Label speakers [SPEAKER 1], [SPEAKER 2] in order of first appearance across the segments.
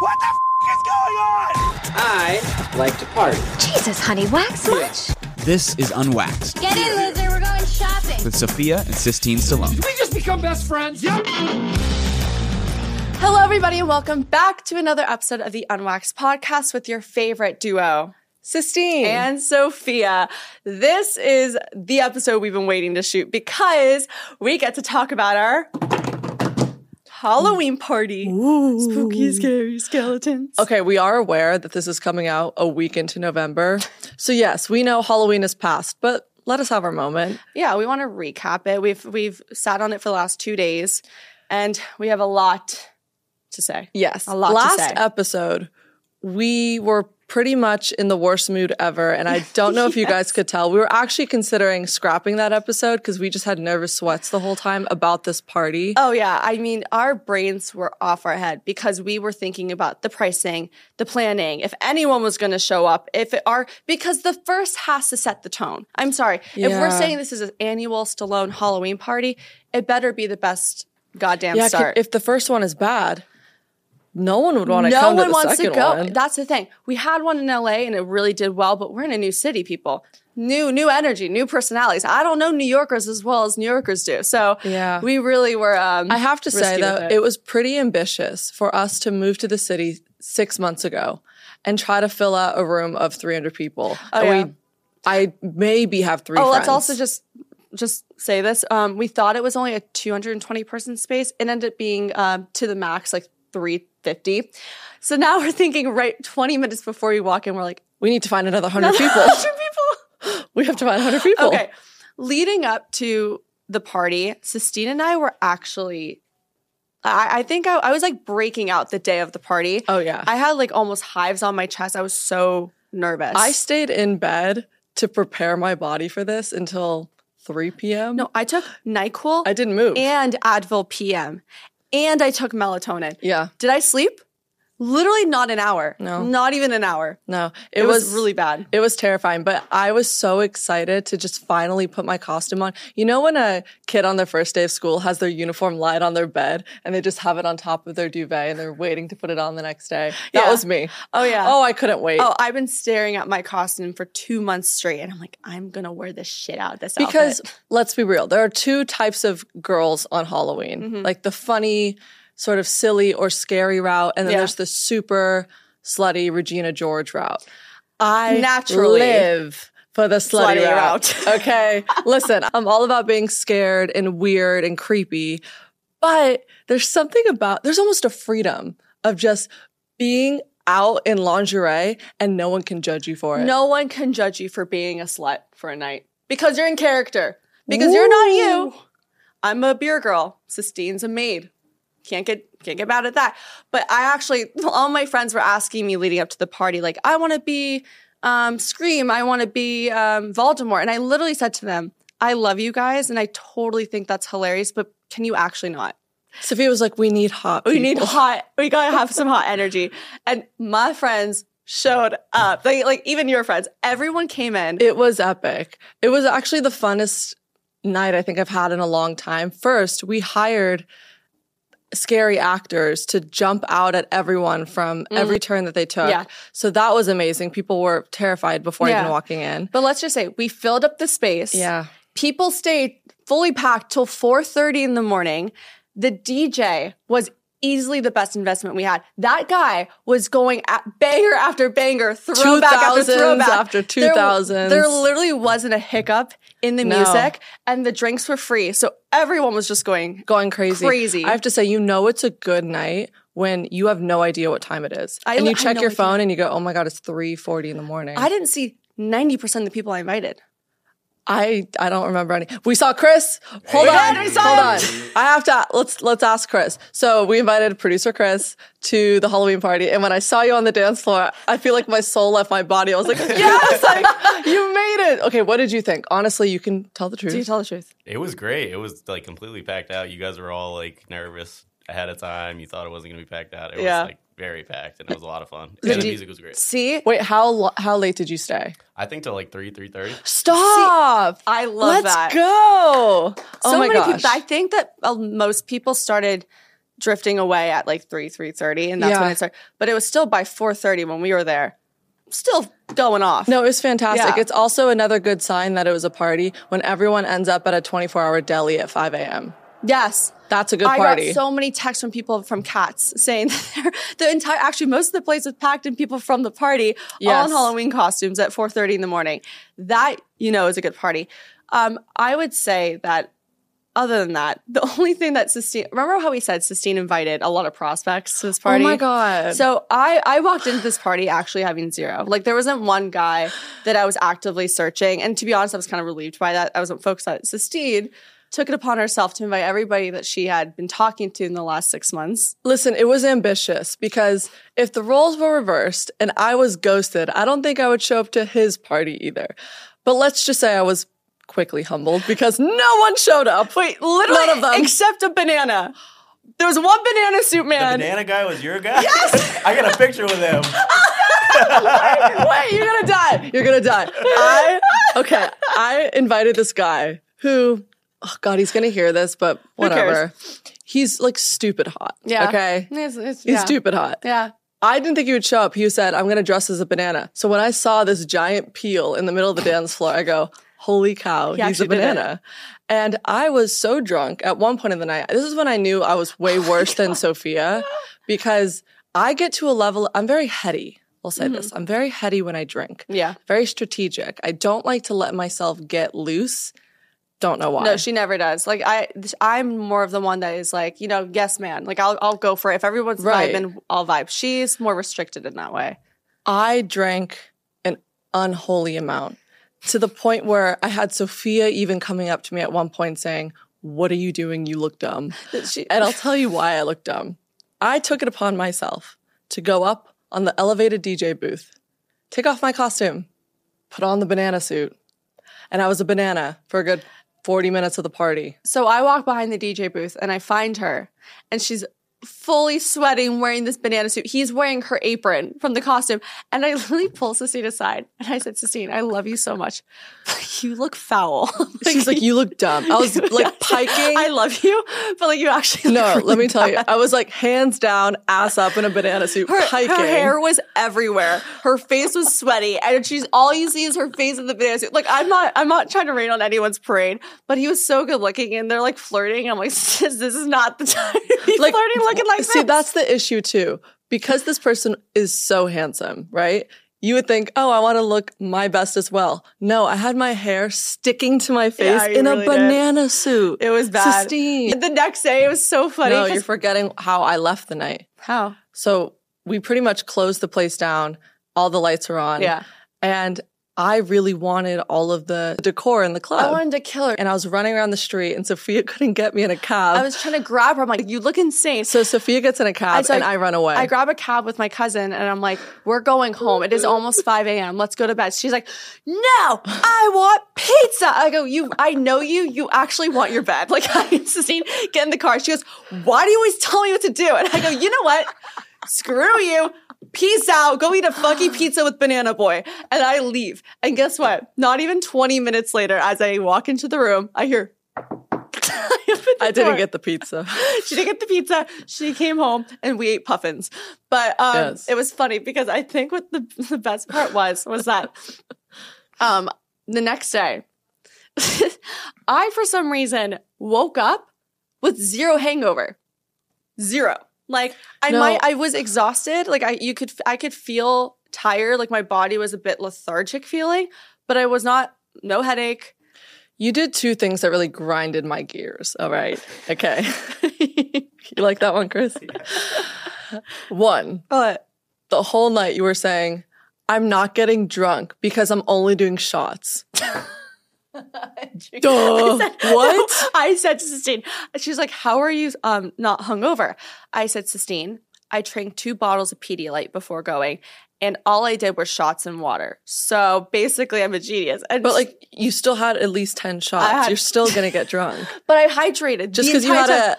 [SPEAKER 1] What the f- is going on?
[SPEAKER 2] I like to party.
[SPEAKER 3] Jesus, honey, wax much?
[SPEAKER 4] This is Unwaxed
[SPEAKER 5] Get in, loser. We're going shopping.
[SPEAKER 4] with Sophia and Sistine Stallone.
[SPEAKER 6] We just become best friends. Yep.
[SPEAKER 7] Hello, everybody, and welcome back to another episode of the Unwaxed podcast with your favorite duo,
[SPEAKER 8] Sistine.
[SPEAKER 7] and Sophia. This is the episode we've been waiting to shoot because we get to talk about our Halloween party. Spooky, scary skeletons.
[SPEAKER 8] okay, we are aware that this is coming out a week into November. So yes, we know Halloween is past, but let us have our moment.
[SPEAKER 7] Yeah, we want to recap it. We've we've sat on it for the last two days, and we have a lot to say.
[SPEAKER 8] Yes.
[SPEAKER 7] A lot to
[SPEAKER 8] Last
[SPEAKER 7] say.
[SPEAKER 8] episode, we were pretty much in the worst mood ever. And I don't know if you guys could tell. We were actually considering scrapping that episode because we just had nervous sweats the whole time about this party.
[SPEAKER 7] Oh yeah, I mean our brains were off our head because we were thinking about the pricing, the planning, if anyone was going to show up, if it are because the first has to set the tone. I'm sorry. If we're
[SPEAKER 8] Yeah.
[SPEAKER 7] saying this is an annual Stallone Halloween party, it better be the best goddamn
[SPEAKER 8] yeah, 'cause
[SPEAKER 7] start.
[SPEAKER 8] if the first one is bad, no one would want to
[SPEAKER 7] no
[SPEAKER 8] come to
[SPEAKER 7] one
[SPEAKER 8] the
[SPEAKER 7] wants to
[SPEAKER 8] second
[SPEAKER 7] go.
[SPEAKER 8] one.
[SPEAKER 7] That's the thing. We had one in LA and it really did well, but we're in a new city, people. New new energy, new personalities. I don't know New Yorkers as well as New Yorkers do. So
[SPEAKER 8] Yeah.
[SPEAKER 7] we really were um
[SPEAKER 8] I have to say
[SPEAKER 7] risky with
[SPEAKER 8] though, it. was pretty ambitious for us to move to the city six months ago and try to fill out a room of 300 people. And
[SPEAKER 7] Oh, yeah.
[SPEAKER 8] we, I maybe have three.
[SPEAKER 7] Oh,
[SPEAKER 8] friends.
[SPEAKER 7] let's also just just say this. Um, we thought it was only a 220 person space. It ended up being um, to the max like 350. So now we're thinking right 20 minutes before we walk in, we're like
[SPEAKER 8] we need to find another hundred people. we have to find hundred people.
[SPEAKER 7] Okay. Leading up to the party, Sistine and I were actually. I, I think I, I was like breaking out the day of the party.
[SPEAKER 8] Oh, yeah.
[SPEAKER 7] I had like almost hives on my chest. I was so nervous.
[SPEAKER 8] I stayed in bed to prepare my body for this until 3 p.m.
[SPEAKER 7] no, I took Nyquil.
[SPEAKER 8] I didn't move.
[SPEAKER 7] and Advil PM, and I took melatonin.
[SPEAKER 8] yeah,
[SPEAKER 7] Did I sleep? Literally not an hour.
[SPEAKER 8] No.
[SPEAKER 7] Not even an hour.
[SPEAKER 8] no,
[SPEAKER 7] It,
[SPEAKER 8] it,
[SPEAKER 7] was, really bad.
[SPEAKER 8] It was terrifying, but I was so excited to just finally put my costume on. You know, when a kid on their first day of school has their uniform lying on their bed and they just have it on top of their duvet and they're waiting to put it on the next day? That
[SPEAKER 7] Yeah.
[SPEAKER 8] was me.
[SPEAKER 7] Oh, yeah.
[SPEAKER 8] Oh, I couldn't wait.
[SPEAKER 7] Oh, I've been staring at my costume for two months straight, and I'm like, I'm gonna wear this shit out of this
[SPEAKER 8] because
[SPEAKER 7] outfit.
[SPEAKER 8] let's be real, there are two types of girls on Halloween
[SPEAKER 7] Mm-hmm.
[SPEAKER 8] like the funny, sort of silly or scary route, and then
[SPEAKER 7] Yeah.
[SPEAKER 8] there's the super slutty Regina George route. I
[SPEAKER 7] Naturally.
[SPEAKER 8] live for the slutty,
[SPEAKER 7] Slutty
[SPEAKER 8] route.
[SPEAKER 7] route.
[SPEAKER 8] okay, listen, I'm all about being scared and weird and creepy, but there's something about there's almost a freedom of just being out in lingerie and no one can judge you for it.
[SPEAKER 7] no one can judge you for being a slut for a night because you're in character. Because you're not you. I'm a beer girl. Sistine's a maid. Can't get can't get mad at that. But I actually, all my friends were asking me leading up to the party, like, I want to be um, Scream. I want to be um, Voldemort. And I literally said to them, I love you guys, and I totally think that's hilarious. But can you actually not?
[SPEAKER 8] Sophia was like, we need hot.
[SPEAKER 7] We need
[SPEAKER 8] people."
[SPEAKER 7] hot. We gotta have some hot energy. And my friends showed up. Like, like even your friends. Everyone came in.
[SPEAKER 8] It was epic. It was actually the funnest night I think I've had in a long time. First, we hired scary actors to jump out at everyone from every turn that they took.
[SPEAKER 7] Mm-hmm. Yeah.
[SPEAKER 8] So that was amazing. People were terrified before
[SPEAKER 7] Yeah.
[SPEAKER 8] even walking in.
[SPEAKER 7] But let's just say we filled up the space. People stayed fully packed till 4:30 in the morning. The DJ was easily the best investment we had. That guy was going at banger after banger, throwback after
[SPEAKER 8] 2000s
[SPEAKER 7] throwback.
[SPEAKER 8] after
[SPEAKER 7] There-
[SPEAKER 8] 2000s.
[SPEAKER 7] There, literally wasn't a hiccup in the
[SPEAKER 8] No.
[SPEAKER 7] music and the drinks were free. So everyone was just going
[SPEAKER 8] Going crazy.
[SPEAKER 7] Crazy.
[SPEAKER 8] I have to say, you know, it's a good night when you have no idea what time it is.
[SPEAKER 7] I-
[SPEAKER 8] and
[SPEAKER 7] I
[SPEAKER 8] you check
[SPEAKER 7] know
[SPEAKER 8] your
[SPEAKER 7] I do.
[SPEAKER 8] phone and you go, oh my God, it's 3.40 in the morning.
[SPEAKER 7] I didn't see 90% of the people I invited.
[SPEAKER 8] I I don't remember any. We saw Chris. Hold on,
[SPEAKER 7] we
[SPEAKER 8] hold
[SPEAKER 7] saw
[SPEAKER 8] on.
[SPEAKER 7] him.
[SPEAKER 8] I have to let's let's ask Chris. So we invited producer Chris to the Halloween party, and when I saw you on the dance floor, I feel like my soul left my body. I was like, yes, like, you made it. Okay, what did you think? Honestly, you can tell the truth.
[SPEAKER 7] Do you tell the truth?
[SPEAKER 9] It was great. It was like completely packed out. You guys were all like nervous ahead of time. You thought it wasn't going to be packed out. It
[SPEAKER 8] Yeah.
[SPEAKER 9] was like very packed, and it was a lot of fun.
[SPEAKER 8] Did
[SPEAKER 9] and the
[SPEAKER 8] you-
[SPEAKER 9] music was great.
[SPEAKER 7] See?
[SPEAKER 8] Wait, how lo- how late did you stay?
[SPEAKER 9] I think till like three, three thirty.
[SPEAKER 8] Stop.
[SPEAKER 7] I love
[SPEAKER 8] let's
[SPEAKER 7] that.
[SPEAKER 8] go. oh
[SPEAKER 7] so
[SPEAKER 8] my
[SPEAKER 7] many
[SPEAKER 8] gosh.
[SPEAKER 7] people. I think that uh, most people um, started drifting away at like 3, 3.30 and that's when
[SPEAKER 8] Yeah.
[SPEAKER 7] it started. But it was still by 4.30 when we were there. Still going off.
[SPEAKER 8] No, it was fantastic.
[SPEAKER 7] Yeah.
[SPEAKER 8] It's also another good sign that it was a party when everyone ends up at a 24 hour deli at 5 a.m.
[SPEAKER 7] Yes.
[SPEAKER 8] That's a good
[SPEAKER 7] I
[SPEAKER 8] party.
[SPEAKER 7] got so many texts from people from Cats saying that they're- the entire actually most of the place was packed and people from the party all
[SPEAKER 8] Yes.
[SPEAKER 7] in Halloween costumes at 4:30 in the morning. That you know is a good party. Um, I would say that other than that, the only thing that Sistine remember how we said Sistine invited a lot of prospects to this party.
[SPEAKER 8] Oh my god.
[SPEAKER 7] So I I walked into this party actually having zero. Like there wasn't one guy that I was actively searching. And to be honest, I was kind of relieved by that. I wasn't focused on it. Sistine took it upon herself to invite everybody that she had been talking to in the last six months.
[SPEAKER 8] Listen, it was ambitious because if the roles were reversed and I was ghosted, I don't think I would show up to his party either. But let's just say I was quickly humbled because no one showed up. Wait,
[SPEAKER 7] Literally,
[SPEAKER 8] none of them.
[SPEAKER 7] except a banana. There was one banana suit man.
[SPEAKER 9] Banana guy was your guy? Yes! I got a picture with him.
[SPEAKER 8] Wait, you're gonna die. You're gonna die. I okay. I invited this guy who, oh god, he's gonna hear this, but whatever. He's like stupid hot.
[SPEAKER 7] Yeah.
[SPEAKER 8] Okay.
[SPEAKER 7] It's, it's-
[SPEAKER 8] He's
[SPEAKER 7] yeah.
[SPEAKER 8] stupid hot.
[SPEAKER 7] Yeah.
[SPEAKER 8] I didn't think he would show up. He said, I'm going to dress as a banana. So when I saw this giant peel in the middle of the dance floor, I go, holy cow, he's a
[SPEAKER 7] actually did it.
[SPEAKER 8] banana. And I was so drunk at one point in the night. This is when I knew I was
[SPEAKER 7] Oh
[SPEAKER 8] way worse than Sophia because I get to a level, I'm very heady. I'll say
[SPEAKER 7] Mm-hmm.
[SPEAKER 8] this I'm very heady when I drink,
[SPEAKER 7] Yeah.
[SPEAKER 8] very strategic. I don't like to let myself get loose. Don't know why.
[SPEAKER 7] No, she never does. Like I, I'm more of the one that is like, you know, yes, man. Like I'll, I'll go for it. If everyone's
[SPEAKER 8] Right.
[SPEAKER 7] vibing, I'll vibe. She's more restricted in that way.
[SPEAKER 8] I drank an unholy amount to the point where I had Sophia even coming up to me at one point saying, What are you doing? You look dumb.
[SPEAKER 7] She,
[SPEAKER 8] And I'll tell you why I look dumb. I took it upon myself to go up on the elevated DJ booth, take off my costume, put on the banana suit. And I was a banana for a good 40 minutes of the party.
[SPEAKER 7] So I walk behind the DJ booth and I find her, and she's fully sweating, wearing this banana suit. He's wearing her apron from the costume. And I literally pull Sistine aside and I said, Sistine, I love you so much. but You look foul.
[SPEAKER 8] She's like, You look dumb. I was like piking.
[SPEAKER 7] I love you, but like you actually
[SPEAKER 8] no,
[SPEAKER 7] look
[SPEAKER 8] let me
[SPEAKER 7] really
[SPEAKER 8] tell you,
[SPEAKER 7] bad."
[SPEAKER 8] I was like hands down, ass up in a banana suit,
[SPEAKER 7] Her,
[SPEAKER 8] piking.
[SPEAKER 7] her hair was everywhere. Her face was sweaty, and she's all you see is her face in the banana suit. Like I'm not, I'm not trying to rain on anyone's parade, but he was so good looking, and they're like flirting. I'm like, "Sis, this is not the time. to be flirting, looking like
[SPEAKER 8] see
[SPEAKER 7] this.
[SPEAKER 8] that's the issue too because this person is so handsome right you would think oh i want to look my best as well no i had my hair sticking to my face
[SPEAKER 7] Yeah, you
[SPEAKER 8] in
[SPEAKER 7] really
[SPEAKER 8] a
[SPEAKER 7] did.
[SPEAKER 8] banana suit
[SPEAKER 7] It was bad.
[SPEAKER 8] Sistine.
[SPEAKER 7] The next day, it was so funny.
[SPEAKER 8] no
[SPEAKER 7] 'cause-
[SPEAKER 8] you're forgetting how i left the night
[SPEAKER 7] how?
[SPEAKER 8] so we pretty much closed the place down all the lights are on
[SPEAKER 7] Yeah.
[SPEAKER 8] and i really wanted all of the decor in the club
[SPEAKER 7] I wanted to kill her.
[SPEAKER 8] and i was running around the street and sophia couldn't get me in a cab
[SPEAKER 7] I was trying to grab her. I'm like, you look insane.
[SPEAKER 8] so sophia gets in a cab
[SPEAKER 7] I- so
[SPEAKER 8] and i, run away
[SPEAKER 7] I grab a cab with my cousin and I'm like, we're going home. It is almost 5 a.m. Let's go to bed. She's like, no, I want pizza. I go, you, I know you. You actually want your bed. Like, I Sistine, get in the car. She goes, why do you always tell me what to do? And I go, you know what? Screw you. Peace out. Go eat a fucking pizza with Banana Boy. And I leave. And guess what? Not even 20 minutes later, as I walk into the room, I hear, I, open the
[SPEAKER 8] I didn't
[SPEAKER 7] door
[SPEAKER 8] get the pizza
[SPEAKER 7] she didn't get the pizza. She came home and we ate puffins. But um,
[SPEAKER 8] Yes.
[SPEAKER 7] it was funny because I think what the, the best part was was that um, the next day, I for some reason woke up with zero hangover, zero. Like I
[SPEAKER 8] No.
[SPEAKER 7] might, I was exhausted. Like I, you could, I could feel tired. Like my body was a bit lethargic feeling, but I was not. No headache.
[SPEAKER 8] You did two things that really grinded my gears. All right. Okay. you like that one, Chris? One,
[SPEAKER 7] But
[SPEAKER 8] the whole night you were saying, I'm not getting drunk because I'm only doing shots. Duh. What?
[SPEAKER 7] I said to Sistine, she's like, "How are you um not hungover?" I said, "Sistine, I drank two bottles of Pedialyte before going, and all I did were shots and water. So basically, I'm a genius." And
[SPEAKER 8] But like you still had at least 10 shots.
[SPEAKER 7] had-
[SPEAKER 8] You're still going to get drunk.
[SPEAKER 7] but I hydrated
[SPEAKER 8] Just
[SPEAKER 7] the
[SPEAKER 8] because you had
[SPEAKER 7] entire time.
[SPEAKER 8] a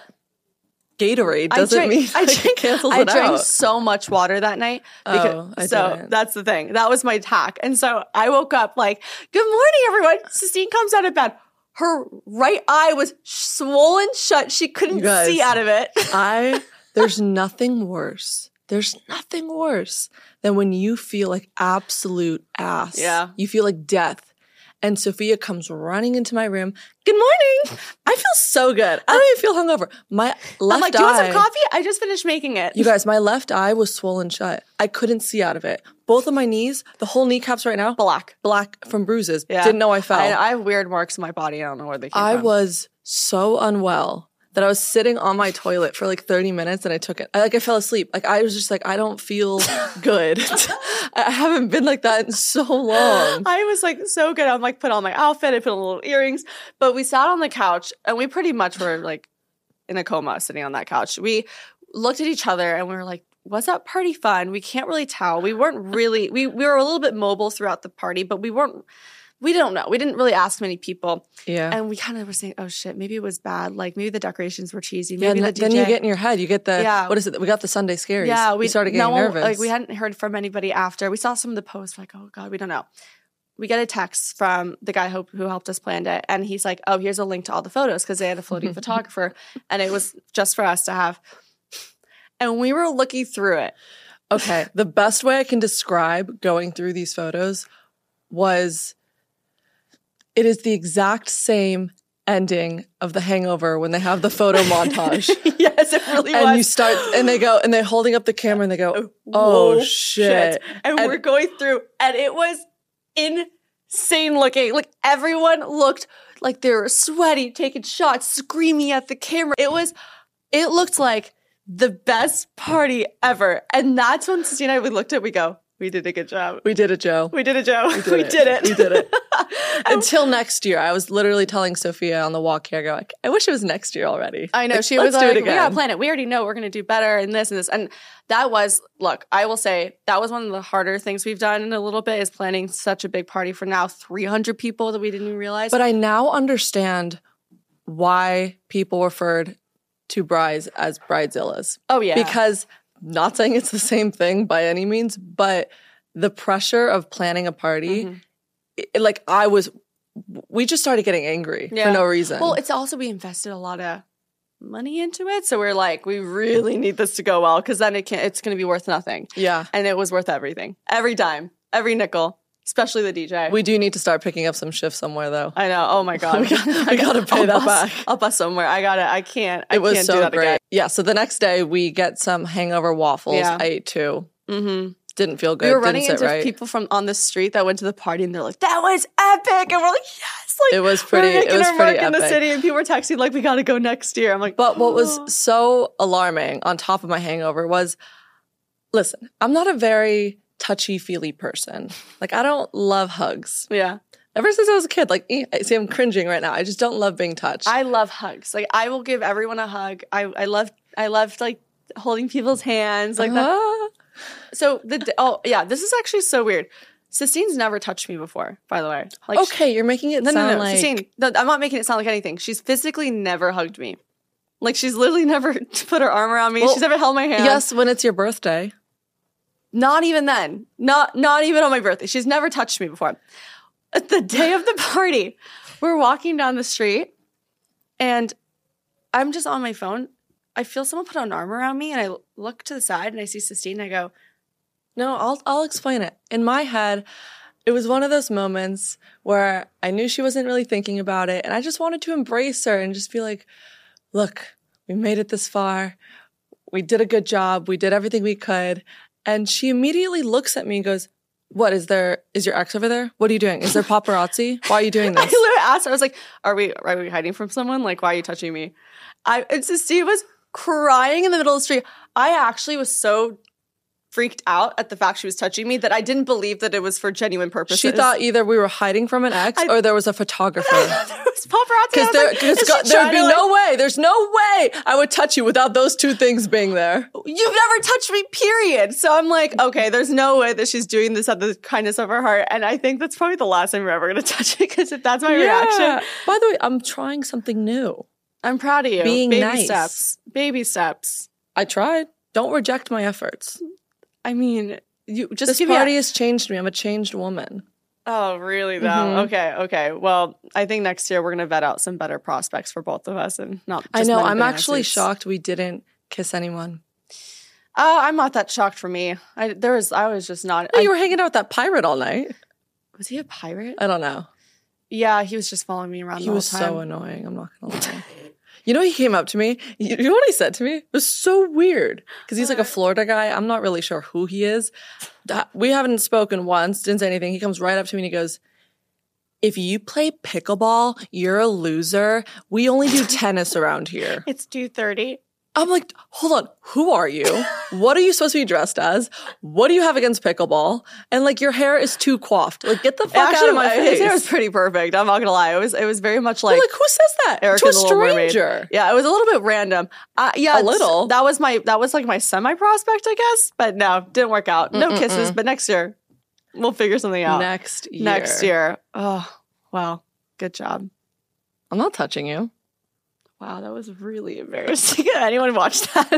[SPEAKER 8] Gatorade doesn't
[SPEAKER 7] I drank,
[SPEAKER 8] mean
[SPEAKER 7] I
[SPEAKER 8] like,
[SPEAKER 7] drank,
[SPEAKER 8] it cancels
[SPEAKER 7] I
[SPEAKER 8] it
[SPEAKER 7] drank
[SPEAKER 8] out.
[SPEAKER 7] so much water that night.
[SPEAKER 8] Oh, I
[SPEAKER 7] so
[SPEAKER 8] didn't.
[SPEAKER 7] that's the thing. That was my attack. And so I woke up like, good morning, everyone. Sistine comes out of bed. Her right eye was swollen shut. She couldn't
[SPEAKER 8] guys,
[SPEAKER 7] see out of it.
[SPEAKER 8] I There's nothing worse. There's nothing worse than when you feel like absolute ass.
[SPEAKER 7] Yeah.
[SPEAKER 8] You feel like death. And Sophia comes running into my room. Good morning. I feel so good. I don't even feel hungover. My left
[SPEAKER 7] I'm like, do you want
[SPEAKER 8] eye-
[SPEAKER 7] some coffee? I just finished making it.
[SPEAKER 8] You guys, my left eye was swollen shut. I couldn't see out of it. Both of my knees, the whole kneecaps right now, black, black from bruises.
[SPEAKER 7] Yeah.
[SPEAKER 8] Didn't know I fell.
[SPEAKER 7] I, I have weird marks in my body. I don't know where they came
[SPEAKER 8] I
[SPEAKER 7] from.
[SPEAKER 8] was so unwell that I was sitting on my toilet for like 30 minutes and I took it. I, like I fell asleep. Like I was just like, I don't feel good. I I haven't been like that in so long.
[SPEAKER 7] I was like so good. I'm like put on my outfit. I put on little earrings. But we sat on the couch and we pretty much were like in a coma sitting on that couch. We looked at each other and we were like, was that party fun? We can't really tell. We weren't really we we were a little bit mobile throughout the party, but we weren't we don't know. We didn't really ask many people.
[SPEAKER 8] Yeah.
[SPEAKER 7] And we kind of were saying, oh shit, maybe it was bad. Like maybe the decorations were cheesy.
[SPEAKER 8] Yeah,
[SPEAKER 7] Maybe
[SPEAKER 8] and
[SPEAKER 7] the
[SPEAKER 8] th- then you
[SPEAKER 7] DJ
[SPEAKER 8] get in your head. You get the
[SPEAKER 7] Yeah.
[SPEAKER 8] what is it? We got the Sunday scaries.
[SPEAKER 7] yeah,
[SPEAKER 8] we started getting
[SPEAKER 7] no one-
[SPEAKER 8] nervous.
[SPEAKER 7] Like we hadn't heard from anybody after. We saw some of the posts, like, oh god, we don't know. We get a text from the guy who, who helped us plan it, and he's like, oh, here's a link to all the photos because they had a floating photographer, and it was just for us to have. And we were looking through it.
[SPEAKER 8] Okay. The best way I can describe going through these photos was it is the exact same ending of the hangover when they have the photo montage.
[SPEAKER 7] yes, it really
[SPEAKER 8] and
[SPEAKER 7] was.
[SPEAKER 8] you start and they go and they're holding up the camera and they go, Oh,
[SPEAKER 7] Whoa,
[SPEAKER 8] shit.
[SPEAKER 7] And,
[SPEAKER 8] And-
[SPEAKER 7] we're going through, and it was insane looking. Like everyone looked like they were sweaty, taking shots, screaming at the camera. It was, it looked like the best party ever. And that's when Christine and I we looked at, it, we go, we did a good job.
[SPEAKER 8] We did it, Joe.
[SPEAKER 7] We did it, Joe. We did, it.
[SPEAKER 8] We did it. Until next year. I was literally telling Sophia on the walk here, I go, like, I wish it was next year already.
[SPEAKER 7] I know.
[SPEAKER 8] Like,
[SPEAKER 7] she
[SPEAKER 8] let's
[SPEAKER 7] was
[SPEAKER 8] do
[SPEAKER 7] like,
[SPEAKER 8] it
[SPEAKER 7] we
[SPEAKER 8] again.
[SPEAKER 7] gotta plan it. We already know we're gonna do better and this and this. And that was, look, I will say that was one of the harder things we've done in a little bit is planning such a big party for now 300 people that we didn't even realize.
[SPEAKER 8] But I now understand why people referred to brides as bridezillas.
[SPEAKER 7] oh, yeah.
[SPEAKER 8] Because not saying it's the same thing by any means, but the pressure of planning a party,
[SPEAKER 7] Mm-hmm.
[SPEAKER 8] it- like I was, we just started getting angry
[SPEAKER 7] Yeah.
[SPEAKER 8] for no reason.
[SPEAKER 7] well, it's also we invested a lot of money into it. So we're like, we really need this to go well because then it can it's gonna be worth nothing.
[SPEAKER 8] yeah.
[SPEAKER 7] And it was worth everything. Every dime, every nickel, especially the DJ.
[SPEAKER 8] We do need to start picking up some shifts somewhere though.
[SPEAKER 7] I know. Oh my god.
[SPEAKER 8] We got- we
[SPEAKER 7] I
[SPEAKER 8] gotta pay
[SPEAKER 7] I'll
[SPEAKER 8] that
[SPEAKER 7] bust-
[SPEAKER 8] back.
[SPEAKER 7] I'll bust somewhere. I gotta I can't I
[SPEAKER 8] it was
[SPEAKER 7] can't
[SPEAKER 8] so
[SPEAKER 7] do that
[SPEAKER 8] great.
[SPEAKER 7] again.
[SPEAKER 8] Yeah. So the next day we get some hangover waffles.
[SPEAKER 7] Yeah.
[SPEAKER 8] I ate two.
[SPEAKER 7] Mm-hmm.
[SPEAKER 8] Didn't feel good.
[SPEAKER 7] We were
[SPEAKER 8] Didn't
[SPEAKER 7] running
[SPEAKER 8] sit
[SPEAKER 7] into
[SPEAKER 8] right.
[SPEAKER 7] people from on the street that went to the party and they're like, "That was epic," and we're like, "Yes!" Like
[SPEAKER 8] It was
[SPEAKER 7] we were
[SPEAKER 8] pretty- it
[SPEAKER 7] making
[SPEAKER 8] was
[SPEAKER 7] our
[SPEAKER 8] pretty
[SPEAKER 7] mark in the
[SPEAKER 8] epic.
[SPEAKER 7] city, and people were texting like, "We got to go next year." I'm like, "Oh."
[SPEAKER 8] But what was so alarming on top of my hangover was listen, I'm not a very touchy feely person. Like, I don't love hugs.
[SPEAKER 7] yeah,
[SPEAKER 8] Ever since I was a kid, like, eh, I see, I'm cringing right now. I just don't love being touched.
[SPEAKER 7] I love hugs. Like, I will give everyone a hug. I I love I love like holding people's hands like that.
[SPEAKER 8] Ah.
[SPEAKER 7] So the d- oh yeah, this is actually so weird. Sistine's never touched me before, by the way. Like, she-
[SPEAKER 8] okay, you're making it
[SPEAKER 7] no,
[SPEAKER 8] sound
[SPEAKER 7] no, no,
[SPEAKER 8] like.
[SPEAKER 7] Sistine. No, I'm not making it sound like anything. She's physically never hugged me. Like she's literally never put her arm around me.
[SPEAKER 8] Well,
[SPEAKER 7] she's never held my hand.
[SPEAKER 8] Yes, when it's your birthday.
[SPEAKER 7] Not even then. Not not even on my birthday. She's never touched me before. At the day of the party, we're walking down the street and I'm just on my phone. I feel someone put an arm around me and I look to the side and I see Sistine and I go,
[SPEAKER 8] No, I'll I'll explain it. In my head, it was one of those moments where I knew she wasn't really thinking about it, and I just wanted to embrace her and just be like, "Look, we made it this far. We did a good job. We did everything we could." And she immediately looks at me and goes, "What is there? Is your ex over there? What are you doing? Is there paparazzi? Why are you doing
[SPEAKER 7] I
[SPEAKER 8] this?"
[SPEAKER 7] literally asked her, I was like, Are we are we hiding from someone? Like, why are you touching me? I and Sistine was crying in the middle of the street. I actually was so freaked out at the fact she was touching me that I didn't believe that it was for genuine purposes.
[SPEAKER 8] She thought either we were hiding from an ex
[SPEAKER 7] I-
[SPEAKER 8] or there was a photographer.
[SPEAKER 7] there was paparazzi.
[SPEAKER 8] Because
[SPEAKER 7] I
[SPEAKER 8] there,
[SPEAKER 7] was like,
[SPEAKER 8] cause
[SPEAKER 7] is
[SPEAKER 8] go-
[SPEAKER 7] she
[SPEAKER 8] there'd
[SPEAKER 7] trying
[SPEAKER 8] be
[SPEAKER 7] to,
[SPEAKER 8] no way. There's no way I would touch you without those two things being there.
[SPEAKER 7] Like, You've never touched me, period. So I'm like, okay, there's no way that she's doing this out of the kindness of her heart. And I think that's probably the last time we're ever going to touch it because if that's my reaction,
[SPEAKER 8] By the way, I'm trying something new.
[SPEAKER 7] I'm proud of you.
[SPEAKER 8] Being
[SPEAKER 7] Baby
[SPEAKER 8] nice.
[SPEAKER 7] steps. Baby steps.
[SPEAKER 8] I tried. Don't reject my efforts.
[SPEAKER 7] I mean, you just
[SPEAKER 8] This
[SPEAKER 7] give
[SPEAKER 8] party
[SPEAKER 7] me. A,
[SPEAKER 8] has changed me. I'm a changed woman.
[SPEAKER 7] oh, really? Though.
[SPEAKER 8] Mhm.
[SPEAKER 7] Okay. Okay. Well, I think next year we're going to vet out some better prospects for both of us, and not.
[SPEAKER 8] I
[SPEAKER 7] just
[SPEAKER 8] know.
[SPEAKER 7] men in
[SPEAKER 8] I'm
[SPEAKER 7] banana
[SPEAKER 8] actually
[SPEAKER 7] suits.
[SPEAKER 8] shocked we didn't kiss anyone.
[SPEAKER 7] Oh, I'm not that shocked for me. I there was I was just not.
[SPEAKER 8] No,
[SPEAKER 7] I-
[SPEAKER 8] you were hanging out with that pirate all night.
[SPEAKER 7] was he a pirate?
[SPEAKER 8] I don't know.
[SPEAKER 7] Yeah, he was just following me around.
[SPEAKER 8] He
[SPEAKER 7] the whole
[SPEAKER 8] was
[SPEAKER 7] time.
[SPEAKER 8] so annoying. I'm not gonna lie. You know, he came up to me. You you know what he said to me? It was so weird because he's like a Florida guy. I'm not really sure who he is. Th- We haven't spoken once, didn't say anything. He comes right up to me and he goes, If you play pickleball, you're a loser. We only do tennis around here.
[SPEAKER 7] It's two thirty.
[SPEAKER 8] I'm like, Hold on, who are you? What are you supposed to be dressed as? What do you have against pickleball? And like, your hair is too coiffed. Like, get the fuck out
[SPEAKER 7] Actually,
[SPEAKER 8] of my face.
[SPEAKER 7] his hair was pretty perfect. I'm not gonna lie. It was it was very much like
[SPEAKER 8] I'm like, who says that
[SPEAKER 7] Eric
[SPEAKER 8] to a
[SPEAKER 7] and the Little Mermaid.
[SPEAKER 8] stranger?
[SPEAKER 7] Yeah, it was a little bit random. Uh, yeah,
[SPEAKER 8] A
[SPEAKER 7] it's-
[SPEAKER 8] little.
[SPEAKER 7] That was my that was like my semi prospect, I guess. But no, didn't work out. No kisses. But next year, we'll figure something out.
[SPEAKER 8] next year.
[SPEAKER 7] Next year. Oh wow, good job.
[SPEAKER 8] I'm not touching you.
[SPEAKER 7] Wow, that was really embarrassing. Anyone watch that?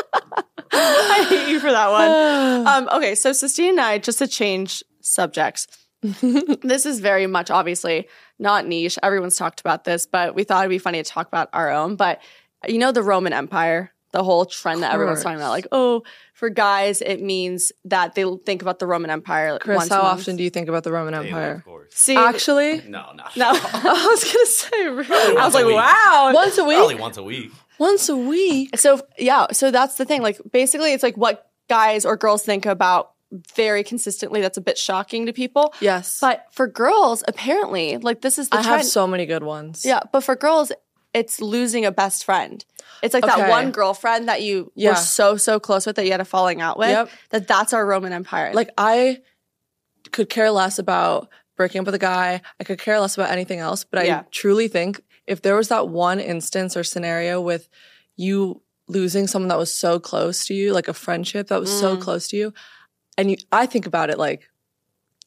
[SPEAKER 7] I hate you for that one.
[SPEAKER 8] Oh.
[SPEAKER 7] Um, okay, so Sistine and I, just to change subjects, this is very much obviously not niche. Everyone's talked about this, but we thought it'd be funny to talk about our own. But you know, the Roman Empire, the whole trend that everyone's talking about,
[SPEAKER 8] course.
[SPEAKER 7] like, oh, for guys, it means that they think about the Roman Empire. like,
[SPEAKER 8] Chris,
[SPEAKER 7] once
[SPEAKER 8] how
[SPEAKER 7] a month.
[SPEAKER 8] often do you think about the Roman
[SPEAKER 9] Daily,
[SPEAKER 8] Empire?
[SPEAKER 9] Of course.
[SPEAKER 7] see?
[SPEAKER 8] Actually,
[SPEAKER 9] No, not
[SPEAKER 7] no,
[SPEAKER 8] I was gonna say really.
[SPEAKER 7] I was
[SPEAKER 9] Once a
[SPEAKER 7] like,
[SPEAKER 9] week.
[SPEAKER 7] wow,
[SPEAKER 8] once a
[SPEAKER 9] Probably
[SPEAKER 8] week.
[SPEAKER 9] once a week.
[SPEAKER 8] Once a week.
[SPEAKER 7] So yeah, so that's the thing. Like basically, it's like what guys or girls think about very consistently. That's a bit shocking to people.
[SPEAKER 8] Yes,
[SPEAKER 7] But for girls, apparently, like this is the
[SPEAKER 8] I
[SPEAKER 7] trend.
[SPEAKER 8] have so many good ones.
[SPEAKER 7] yeah, but for girls, it's losing a best friend. It's like that
[SPEAKER 8] Okay.
[SPEAKER 7] one girlfriend that you
[SPEAKER 8] Yeah.
[SPEAKER 7] were so so close with that you had a falling out with.
[SPEAKER 8] Yep.
[SPEAKER 7] That that's our Roman Empire.
[SPEAKER 8] Like I could care less about breaking up with a guy. I could care less about anything else. But I
[SPEAKER 7] Yeah.
[SPEAKER 8] truly think if there was that one instance or scenario with you losing someone that was so close to you, like a friendship that was so
[SPEAKER 7] Mm.
[SPEAKER 8] close to you, and you, I think about it like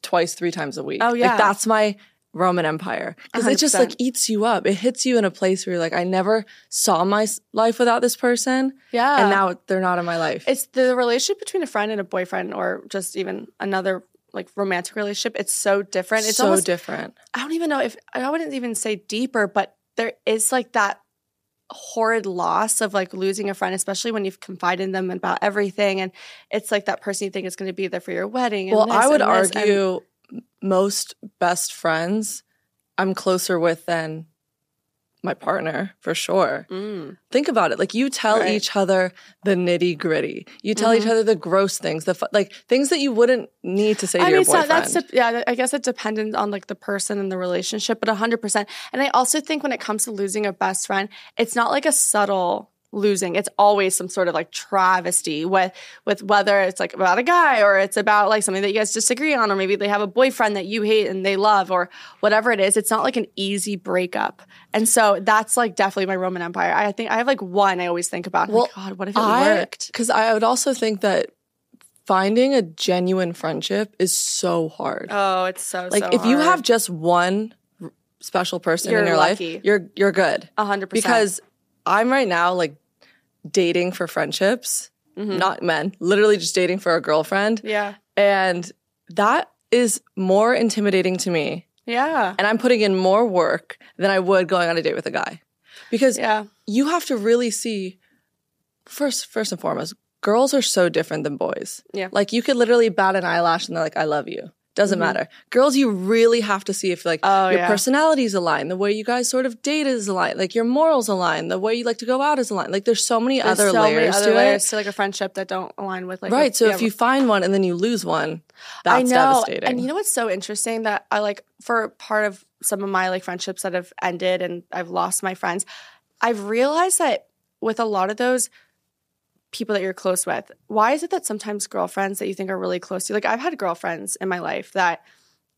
[SPEAKER 8] twice, three times a week.
[SPEAKER 7] Oh, yeah.
[SPEAKER 8] like, that's my. Roman Empire. Because it just like
[SPEAKER 7] 100%.
[SPEAKER 8] eats you up. It hits you in a place where you're like, I never saw my s- life without this person.
[SPEAKER 7] yeah,
[SPEAKER 8] and now they're not in my life.
[SPEAKER 7] it's the relationship between a friend and a boyfriend, or just even another like romantic relationship. It's so different. It's
[SPEAKER 8] so
[SPEAKER 7] almost
[SPEAKER 8] different.
[SPEAKER 7] I don't even know if I wouldn't even say deeper, but there is like that horrid loss of like losing a friend, especially when you've confided in them about everything, and it's like that person you think is going to be there for your wedding. And
[SPEAKER 8] Well, I
[SPEAKER 7] this
[SPEAKER 8] would
[SPEAKER 7] and this, and-
[SPEAKER 8] argue m- most best friends I'm closer with than my partner for sure.
[SPEAKER 7] Mm.
[SPEAKER 8] Think about it. Like you tell
[SPEAKER 7] Right. Mm-hmm.
[SPEAKER 8] each other the nitty gritty. You tell each other the gross things, the fu- like things that you wouldn't need to say to
[SPEAKER 7] I
[SPEAKER 8] your
[SPEAKER 7] mean, so
[SPEAKER 8] boyfriend.
[SPEAKER 7] that's de- yeah. I guess it depends on like the person and the relationship, but hundred percent. And I also think when it comes to losing a best friend, it's not like a subtle losing. It's always some sort of like travesty with with whether it's like about a guy or it's about like something that you guys disagree on, or maybe they have a boyfriend that you hate and they love, or whatever it is. It's not like an easy breakup. And so that's like definitely my Roman Empire. I think I have like one I always think about.
[SPEAKER 8] Well,
[SPEAKER 7] Well, God, what if it worked?
[SPEAKER 8] Because I would also think that finding a genuine friendship is so hard.
[SPEAKER 7] Oh, it's so
[SPEAKER 8] like if you have just one r- special person in
[SPEAKER 7] You're
[SPEAKER 8] your
[SPEAKER 7] lucky.
[SPEAKER 8] life, you're you're good.
[SPEAKER 7] hundred percent
[SPEAKER 8] because I'm right now like dating for friendships, not men, literally just dating for a girlfriend.
[SPEAKER 7] Mm-hmm. yeah.
[SPEAKER 8] And that is more intimidating to me.
[SPEAKER 7] Yeah.
[SPEAKER 8] And I'm putting in more work than I would going on a date with a guy. Because
[SPEAKER 7] Yeah.
[SPEAKER 8] you have to really see first first and foremost, girls are so different than boys.
[SPEAKER 7] Yeah. Mm-hmm.
[SPEAKER 8] Like you could literally bat an eyelash and they're like, I love you. Doesn't matter. Girls, you really have to see if like
[SPEAKER 7] Oh,
[SPEAKER 8] your
[SPEAKER 7] yeah.
[SPEAKER 8] personalities align, the way you guys sort of date is aligned, like your morals align, the way you like to go out is aligned. Like there's so many
[SPEAKER 7] There's
[SPEAKER 8] other
[SPEAKER 7] so many
[SPEAKER 8] layers
[SPEAKER 7] other
[SPEAKER 8] to
[SPEAKER 7] layers
[SPEAKER 8] it.
[SPEAKER 7] to like a friendship that don't align with like a-
[SPEAKER 8] right. So if
[SPEAKER 7] yeah,
[SPEAKER 8] you find one and then you lose one, that's
[SPEAKER 7] I know,
[SPEAKER 8] devastating.
[SPEAKER 7] and you know what's so interesting that I like for part of some of my like friendships that have ended and I've lost my friends, I've realized that with a lot of those people that you're close with, why is it that sometimes girlfriends that you think are really close to, like I've had girlfriends in my life that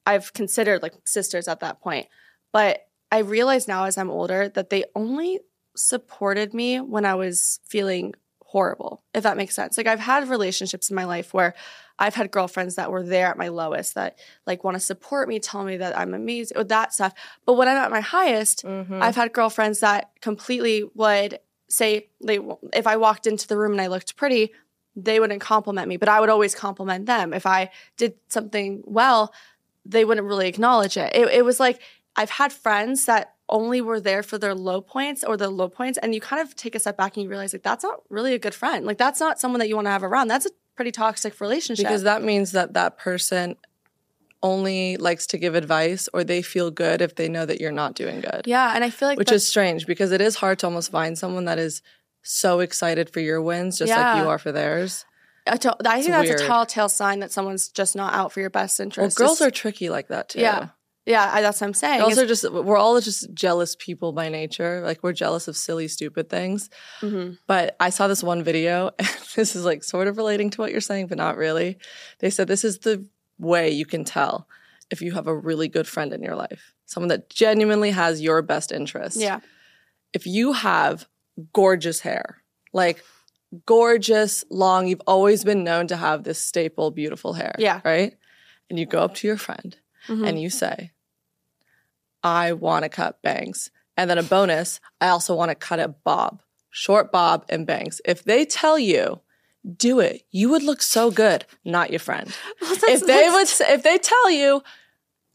[SPEAKER 7] I've considered like sisters at that point, but I realize now as I'm older that they only supported me when I was feeling horrible, if that makes sense. Like I've had relationships in my life where I've had girlfriends that were there at my lowest that like want to support me, tell me that I'm amazing, or that stuff. But when I'm at my highest,
[SPEAKER 8] Mm-hmm.
[SPEAKER 7] I've had girlfriends that completely would say they if I walked into the room and I looked pretty, they wouldn't compliment me, but I would always compliment them. If I did something well, they wouldn't really acknowledge it. It, it was like I've had friends that only were there for their low points or their low points, and you kind of take a step back and you realize like that's not really a good friend. Like that's not someone that you want to have around. That's a pretty toxic relationship.
[SPEAKER 8] Because that means that that person only likes to give advice or they feel good if they know that you're not doing good.
[SPEAKER 7] yeah, and I feel like
[SPEAKER 8] Which
[SPEAKER 7] that's-
[SPEAKER 8] is strange because it is hard to almost find someone that is so excited for your wins just like
[SPEAKER 7] Yeah.
[SPEAKER 8] you are for theirs.
[SPEAKER 7] I, don't- I think that's
[SPEAKER 8] weird.
[SPEAKER 7] a telltale sign that someone's just not out for your best
[SPEAKER 8] Well,
[SPEAKER 7] interest.
[SPEAKER 8] girls
[SPEAKER 7] Just-
[SPEAKER 8] are tricky like that too.
[SPEAKER 7] yeah, yeah. I, that's what I'm saying.
[SPEAKER 8] Girls
[SPEAKER 7] It's-
[SPEAKER 8] are just we're all just jealous people by nature. Like we're jealous of silly, stupid things.
[SPEAKER 7] Mhm.
[SPEAKER 8] But I saw this one video, and this is like sort of relating to what you're saying, but not really. They said this is the way you can tell if you have a really good friend in your life, someone that genuinely has your best interest.
[SPEAKER 7] yeah,
[SPEAKER 8] If you have gorgeous hair, like gorgeous, long, you've always been known to have this staple, beautiful hair.
[SPEAKER 7] Yeah.
[SPEAKER 8] Right? And you go up to your friend
[SPEAKER 7] Mhm.
[SPEAKER 8] and you say, I want to cut bangs. And then a bonus, I also want to cut a bob, short bob and bangs. If they tell you, do it, you would look so good, not your friend.
[SPEAKER 7] that's-
[SPEAKER 8] if they would, if they tell you,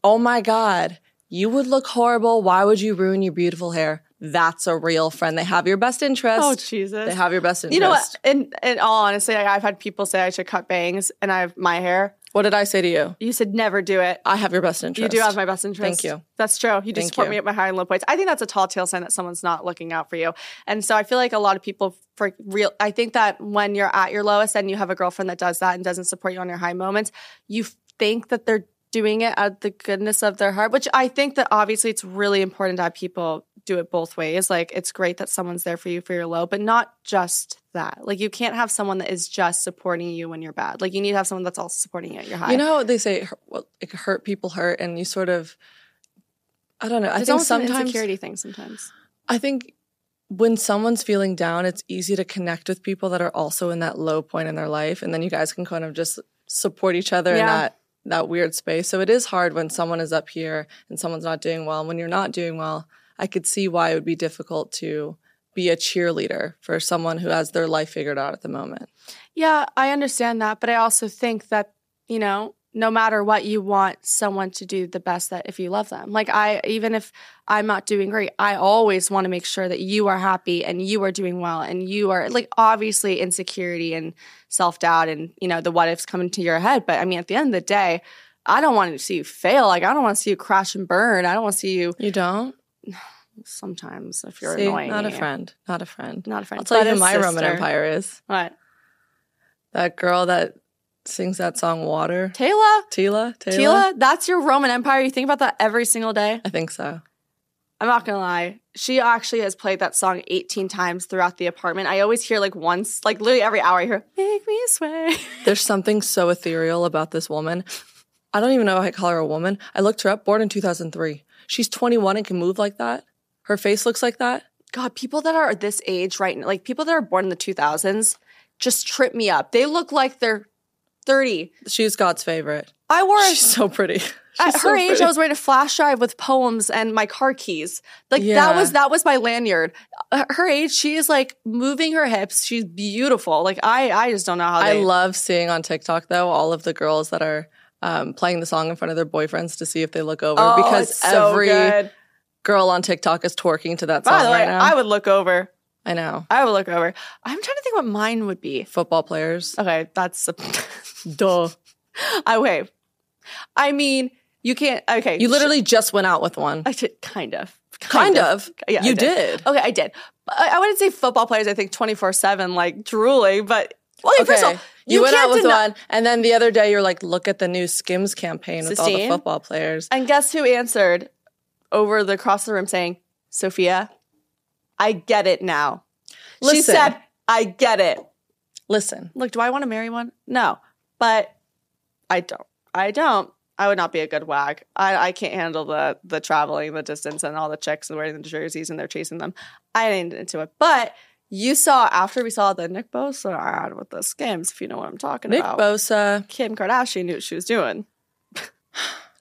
[SPEAKER 8] oh my God, you would look horrible. Why would you ruin your beautiful hair? That's a real friend. They have your best interest.
[SPEAKER 7] Oh, Jesus.
[SPEAKER 8] They have your best interest.
[SPEAKER 7] you know what? In in all honesty, like, I've had people say I should cut bangs, and I have my hair.
[SPEAKER 8] What did I say to you?
[SPEAKER 7] You said never do it.
[SPEAKER 8] I have your best
[SPEAKER 7] You
[SPEAKER 8] interest.
[SPEAKER 7] do have my best interest.
[SPEAKER 8] Thank you.
[SPEAKER 7] That's true. You do
[SPEAKER 8] Thank
[SPEAKER 7] support
[SPEAKER 8] you.
[SPEAKER 7] me at my high and low points. I think that's a tall tale sign that someone's not looking out for you. And so I feel like a lot of people for real I think that when you're at your lowest and you have a girlfriend that does that and doesn't support you on your high moments, you f- think that they're doing it out of the goodness of their heart, which I think that obviously it's really important to have people do it both ways. Like it's great that someone's there for you for your low, but not just that. Like you can't have someone that is just supporting you when you're bad. Like you need to have someone that's also supporting you at your high.
[SPEAKER 8] You know how they say hurt- well, like hurt people hurt, and you sort of, I don't know. I
[SPEAKER 7] There's
[SPEAKER 8] think
[SPEAKER 7] almost an
[SPEAKER 8] sometimes,
[SPEAKER 7] insecurity thing sometimes.
[SPEAKER 8] I think when someone's feeling down, it's easy to connect with people that are also in that low point in their life, and then you guys can kind of just support each other in
[SPEAKER 7] Yeah.
[SPEAKER 8] that that weird space. So it is hard when someone is up here and someone's not doing well. And when you're not doing well, I could see why it would be difficult to be a cheerleader for someone who has their life figured out at the moment.
[SPEAKER 7] Yeah, I understand that, but I also think that, you know, no matter what you want someone to do the best that if you love them. Like I even if I'm not doing great, I always want to make sure that you are happy and you are doing well and you are like obviously insecurity and self-doubt and, you know, the what ifs come into your head, but I mean at the end of the day, I don't want to see you fail. Like I don't want to see you crash and burn. I don't want to see you
[SPEAKER 8] You don't?
[SPEAKER 7] sometimes if you're
[SPEAKER 8] See,
[SPEAKER 7] annoying.
[SPEAKER 8] Not a
[SPEAKER 7] me.
[SPEAKER 8] friend. Not a friend.
[SPEAKER 7] Not a friend.
[SPEAKER 8] I'll tell
[SPEAKER 7] But
[SPEAKER 8] you
[SPEAKER 7] a
[SPEAKER 8] who my Roman
[SPEAKER 7] sister.
[SPEAKER 8] Empire is.
[SPEAKER 7] What?
[SPEAKER 8] That girl that sings that song Water.
[SPEAKER 7] Taylor?
[SPEAKER 8] Tila? Tila?
[SPEAKER 7] Tila, that's your Roman Empire. You think about that every single day.
[SPEAKER 8] I think so.
[SPEAKER 7] I'm not gonna lie. She actually has played that song 18 times throughout the apartment. I always hear like once, like literally every hour, I hear "Make Me Sway."
[SPEAKER 8] There's something so ethereal about this woman. I don't even know if I call her a woman. I looked her up, born in 2003. She's 21 and can move like that. Her face looks like that.
[SPEAKER 7] God, people that are this age right now, like people that are born in the 2000s, just trip me up. They look like they're 30.
[SPEAKER 8] She's God's favorite.
[SPEAKER 7] I wore
[SPEAKER 8] She's so pretty. She's
[SPEAKER 7] at her
[SPEAKER 8] so
[SPEAKER 7] age.
[SPEAKER 8] pretty.
[SPEAKER 7] I was wearing a flash drive with poems and my car keys. Like
[SPEAKER 8] Yeah.
[SPEAKER 7] that was that was my lanyard. At Her age, she is like moving her hips. She's beautiful. Like I, I just don't know how.
[SPEAKER 8] I
[SPEAKER 7] they-
[SPEAKER 8] love seeing on TikTok though all of the girls that are um, playing the song in front of their boyfriends to see if they look over
[SPEAKER 7] Oh,
[SPEAKER 8] because
[SPEAKER 7] it's so
[SPEAKER 8] every
[SPEAKER 7] good.
[SPEAKER 8] girl on TikTok is twerking to that song
[SPEAKER 7] By the way,
[SPEAKER 8] right now.
[SPEAKER 7] I would look over.
[SPEAKER 8] I know.
[SPEAKER 7] I would look over. I'm trying to think what mine would be.
[SPEAKER 8] Football players.
[SPEAKER 7] Okay, that's.
[SPEAKER 8] Duh.
[SPEAKER 7] I wait. I mean, you can't. Okay,
[SPEAKER 8] You literally just went out with one.
[SPEAKER 7] I did kind of.
[SPEAKER 8] Kind of.
[SPEAKER 7] Yeah, I
[SPEAKER 8] you
[SPEAKER 7] did.
[SPEAKER 8] did.
[SPEAKER 7] Okay, I did. But I, I wouldn't say football players. I think 24 seven, like drooling. But okay, first of all,
[SPEAKER 8] you,
[SPEAKER 7] you,
[SPEAKER 8] went
[SPEAKER 7] can't
[SPEAKER 8] out with
[SPEAKER 7] deny-
[SPEAKER 8] one, and then the other day you're like, look at the new Skims campaign with all the
[SPEAKER 7] Sistine?
[SPEAKER 8] football players.
[SPEAKER 7] And guess who answered over the across the room saying, "Sophia, I get it now." She
[SPEAKER 8] Listen.
[SPEAKER 7] said, "I get it."
[SPEAKER 8] Listen,
[SPEAKER 7] look, do I want to marry one? No, but I don't. I don't. I would not be a good wag. I, I can't handle the the traveling, the distance, and all the chicks and wearing the jerseys and they're chasing them. I ain't into it. But you saw after we saw the Nick Bosa ad with the skims, if you know what I'm talking
[SPEAKER 8] Nick
[SPEAKER 7] about.
[SPEAKER 8] Bosa,
[SPEAKER 7] Kim Kardashian knew what she was doing.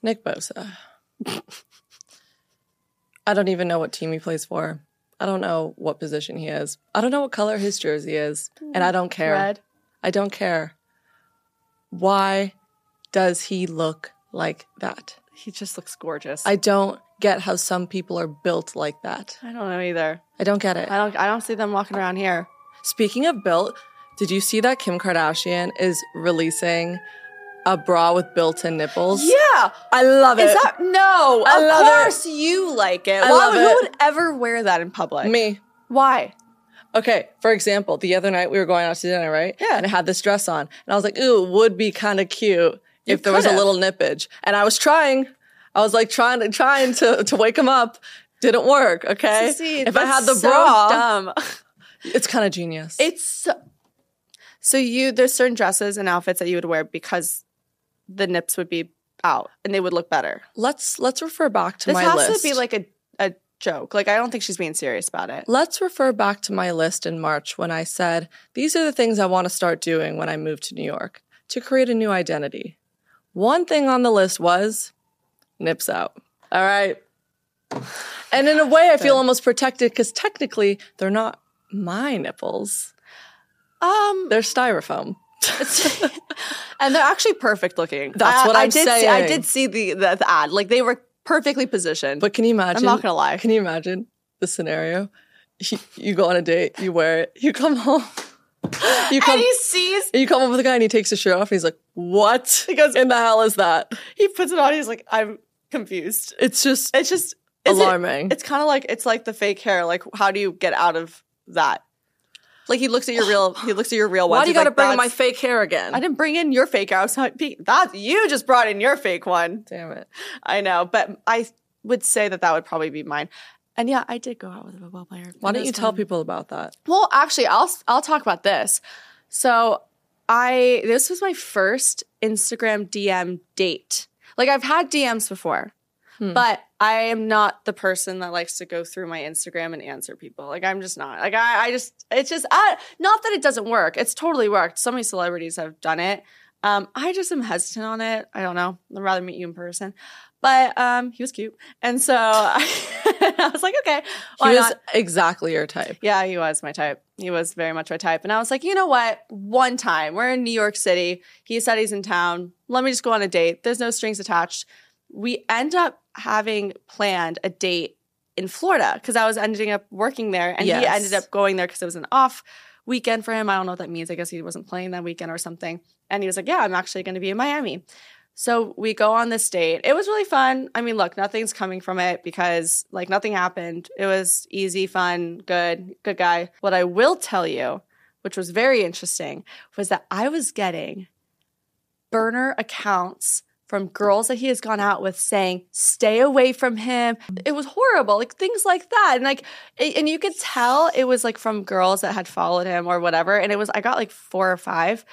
[SPEAKER 8] Nick Bosa. I don't even know what team he plays for. I don't know what position he is. I don't know what color his jersey is, and I don't care.
[SPEAKER 7] Red.
[SPEAKER 8] I don't care. Why does he look like that?
[SPEAKER 7] He just looks gorgeous.
[SPEAKER 8] I don't get how some people are built like that.
[SPEAKER 7] I don't know either.
[SPEAKER 8] I don't get it.
[SPEAKER 7] I don't. I don't see them walking around here.
[SPEAKER 8] Speaking of built, did you see that Kim Kardashian is releasing a bra with built-in nipples?
[SPEAKER 7] Yeah.
[SPEAKER 8] I love
[SPEAKER 7] Is
[SPEAKER 8] it.
[SPEAKER 7] that no?
[SPEAKER 8] I
[SPEAKER 7] of
[SPEAKER 8] love it.
[SPEAKER 7] course you like it.
[SPEAKER 8] I
[SPEAKER 7] Why
[SPEAKER 8] love
[SPEAKER 7] would- Who
[SPEAKER 8] it.
[SPEAKER 7] would ever wear that in public?
[SPEAKER 8] me?
[SPEAKER 7] Why?
[SPEAKER 8] Okay, for example, the other night we were going out to dinner, right?
[SPEAKER 7] Yeah.
[SPEAKER 8] And I had this dress on, and I was like, "Ooh, it would be kind of cute if there was a
[SPEAKER 7] could've.
[SPEAKER 8] little nippage." And I was trying, I was like trying to trying to to wake him up. Didn't work. Okay.
[SPEAKER 7] Sissy,
[SPEAKER 8] Eh, if I had
[SPEAKER 7] that's
[SPEAKER 8] the
[SPEAKER 7] so
[SPEAKER 8] bra,
[SPEAKER 7] dumb.
[SPEAKER 8] it's kind of genius.
[SPEAKER 7] It's so, so you. There's certain dresses and outfits that you would wear because the nips would be out and they would look better.
[SPEAKER 8] let's let's refer back to
[SPEAKER 7] this
[SPEAKER 8] my
[SPEAKER 7] has
[SPEAKER 8] list.
[SPEAKER 7] to be like a a joke. Like I don't think she's being serious about it.
[SPEAKER 8] Let's refer back to my list in March when I said, These are the things I want to start doing when I move to New York to create a new identity. One thing on the list was nips out. All right. And in a way, I feel almost protected because technically they're not my nipples,
[SPEAKER 7] Um,
[SPEAKER 8] they're styrofoam.
[SPEAKER 7] and they're actually perfect looking.
[SPEAKER 8] That's
[SPEAKER 7] I-
[SPEAKER 8] what
[SPEAKER 7] I
[SPEAKER 8] I'm
[SPEAKER 7] did See, I
[SPEAKER 8] saying.
[SPEAKER 7] did see the, the the ad. Like they were perfectly positioned.
[SPEAKER 8] But can you imagine?
[SPEAKER 7] I'm not gonna lie.
[SPEAKER 8] Can you imagine the scenario? You, you go on a date, you wear it, you come home. You come,
[SPEAKER 7] and he sees,
[SPEAKER 8] And you come up with a guy and he takes his shirt off and he's like, What
[SPEAKER 7] He goes-
[SPEAKER 8] in the hell is that?
[SPEAKER 7] he puts it on. He's like, I'm confused.
[SPEAKER 8] It's just
[SPEAKER 7] It's just is it-
[SPEAKER 8] alarming.
[SPEAKER 7] it's kind of like it's like the fake hair. Like, how do you get out of that? Like he looks at your real. He looks at your real ones.
[SPEAKER 8] Why do you
[SPEAKER 7] He's
[SPEAKER 8] gotta
[SPEAKER 7] like,
[SPEAKER 8] bring in my
[SPEAKER 7] "That's-
[SPEAKER 8] fake hair again?
[SPEAKER 7] I didn't bring in your fake hair. I was not, that you just brought in your fake one.
[SPEAKER 8] Damn it.
[SPEAKER 7] I know, but I would say that that would probably be mine. And yeah, I did go out with a football player.
[SPEAKER 8] Why
[SPEAKER 7] It
[SPEAKER 8] don't
[SPEAKER 7] was
[SPEAKER 8] you tell
[SPEAKER 7] fun.
[SPEAKER 8] people about that?
[SPEAKER 7] Well, actually, I'll I'll talk about this. So, I this was my first Instagram DM date. Like I've had DMs before,
[SPEAKER 8] Hmm.
[SPEAKER 7] but I am not the person that likes to go through my Instagram and answer people. Like I'm just not. Like I, I just it's just I, not that it doesn't work. It's totally worked. So many celebrities have done it. Um, I just am hesitant on it. I don't know. I'd rather meet you in person. But um, he was cute, and so I, was like, okay. why
[SPEAKER 8] he
[SPEAKER 7] not?
[SPEAKER 8] was exactly your type.
[SPEAKER 7] Yeah, he was my type. He was very much my type. And I was like, you know what? One time, we're in New York City. He said he's in town. Let me just go on a date. There's no strings attached. We end up having planned a date in Florida because I was ending up working there and he
[SPEAKER 8] Yes.
[SPEAKER 7] ended up going there because it was an off weekend for him. I don't know what that means. I guess he wasn't playing that weekend or something. And he was like, yeah, I'm actually going to be in Miami. So we go on this date. It was really fun. I mean, look, nothing's coming from it because like nothing happened. It was easy, fun, good, good guy. What I will tell you, which was very interesting, was that I was getting burner accounts from girls that he has gone out with saying, stay away from him. It was horrible, like things like that. And like, it- and you could tell it was like from girls that had followed him or whatever. And it was, I got like four or five.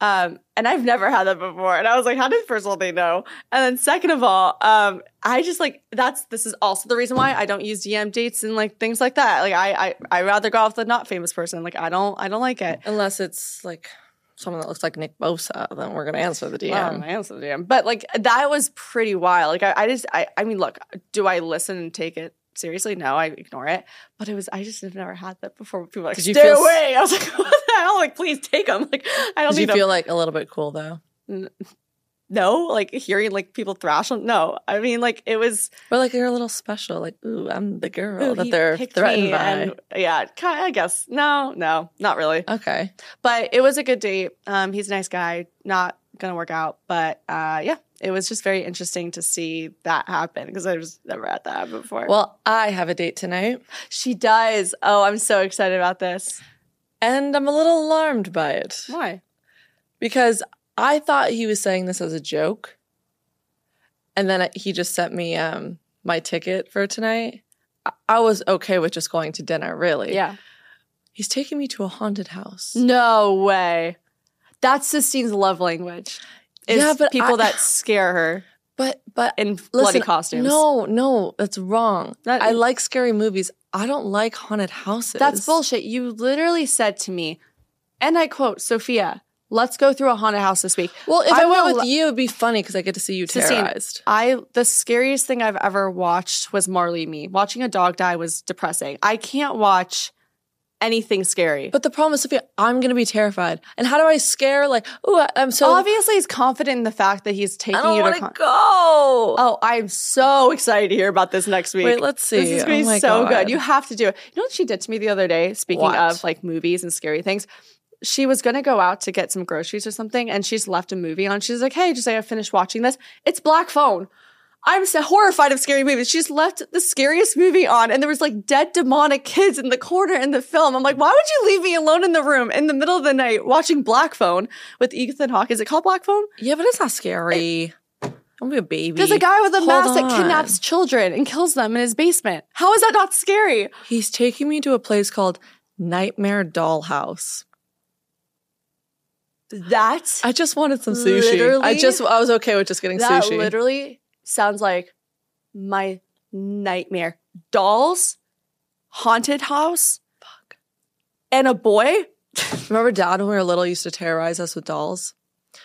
[SPEAKER 7] Um, and I've never had that before. And I was like, how did first of all they know? And then second of all, um, I just like that's this is also the reason why I don't use DM dates and like things like that. Like I I I rather go off the not famous person. Like I don't I don't like it.
[SPEAKER 8] Unless it's like someone that looks like Nick Bosa, then we're gonna answer the DM.
[SPEAKER 7] Yeah. Um, I answer the DM. But like that was pretty wild. Like I, I just I I mean, look, do I listen and take it seriously? No, I ignore it. But it was I just have never had that before. People were like
[SPEAKER 8] Did you
[SPEAKER 7] stay
[SPEAKER 8] feel s-
[SPEAKER 7] away. I was like, what the hell? Like please take them. Like I don't
[SPEAKER 8] Did you
[SPEAKER 7] need 'em.
[SPEAKER 8] feel like a little bit cool though?
[SPEAKER 7] no. Like hearing like people thrash on. No, I mean like it was.
[SPEAKER 8] Or like you're a little special, like, ooh, I'm the girl
[SPEAKER 7] Ooh,
[SPEAKER 8] that
[SPEAKER 7] he
[SPEAKER 8] they're
[SPEAKER 7] picked
[SPEAKER 8] threatened
[SPEAKER 7] me,
[SPEAKER 8] by.
[SPEAKER 7] and- yeah, ki- I guess. No, no, not really.
[SPEAKER 8] okay.
[SPEAKER 7] But it was a good date. Um, he's a nice guy. Not gonna work out, but uh, yeah, it was just very interesting to see that happen because I was never had that happen before.
[SPEAKER 8] Well, I have a date tonight
[SPEAKER 7] she does. Oh, I'm so excited about this.
[SPEAKER 8] and I'm a little alarmed by it.
[SPEAKER 7] Why?
[SPEAKER 8] because I thought he was saying this as a joke, and then he just sent me um, my ticket for tonight. I- I was okay with just going to dinner, really.
[SPEAKER 7] Yeah.
[SPEAKER 8] he's taking me to a haunted house.
[SPEAKER 7] No way. That's Sistine's love language. Is
[SPEAKER 8] Yeah, but
[SPEAKER 7] people
[SPEAKER 8] I-
[SPEAKER 7] that scare her
[SPEAKER 8] But but
[SPEAKER 7] in bloody
[SPEAKER 8] listen,
[SPEAKER 7] costumes.
[SPEAKER 8] No, no, that's wrong.
[SPEAKER 7] That-
[SPEAKER 8] I like scary movies. I don't like haunted houses.
[SPEAKER 7] That's bullshit. You literally said to me, and I quote, Sophia, let's go through a haunted house this week.
[SPEAKER 8] Well, if i
[SPEAKER 7] I'm
[SPEAKER 8] went
[SPEAKER 7] not
[SPEAKER 8] with
[SPEAKER 7] li-
[SPEAKER 8] you, it'd be funny because I get to see you
[SPEAKER 7] Sistine,
[SPEAKER 8] terrorized.
[SPEAKER 7] I the scariest thing I've ever watched was Marley and Me. Watching a dog die was depressing. I can't watch anything scary.
[SPEAKER 8] But the problem is, Sophia, I'm going to be terrified. And how do I scare? Like, oh, I'm so
[SPEAKER 7] obviously he's confident in the fact that he's taking
[SPEAKER 8] I don't
[SPEAKER 7] you to
[SPEAKER 8] want to
[SPEAKER 7] con-
[SPEAKER 8] go.
[SPEAKER 7] Oh, I'm so excited to hear about this next week.
[SPEAKER 8] Wait, let's see.
[SPEAKER 7] This is going
[SPEAKER 8] Oh
[SPEAKER 7] to be
[SPEAKER 8] my
[SPEAKER 7] so
[SPEAKER 8] God.
[SPEAKER 7] good. You have to do it. You know what she did to me the other day? Speaking
[SPEAKER 8] What?
[SPEAKER 7] of like movies and scary things, she was going to go out to get some groceries or something, and she's left a movie on. She's like, "Hey, just I finished watching this. It's Black Phone." I'm so horrified of scary movies. She's left the scariest movie on, and there was like dead demonic kids in the corner in the film. I'm like, why would you leave me alone in the room in the middle of the night watching Black Phone with Ethan Hawke? Is it called Black Phone?
[SPEAKER 8] Yeah, but it's not scary. I'm be a baby.
[SPEAKER 7] There's a guy with a
[SPEAKER 8] Hold
[SPEAKER 7] mask that
[SPEAKER 8] on.
[SPEAKER 7] kidnaps children and kills them in his basement. How is that not scary?
[SPEAKER 8] He's taking me to a place called Nightmare Dollhouse.
[SPEAKER 7] That
[SPEAKER 8] I just wanted some sushi. I
[SPEAKER 7] Literally?
[SPEAKER 8] just I was okay with just getting
[SPEAKER 7] that
[SPEAKER 8] sushi.
[SPEAKER 7] literally sounds like my nightmare. Dolls, haunted house, and a boy.
[SPEAKER 8] Remember, Dad, when we were little, used to terrorize us with dolls.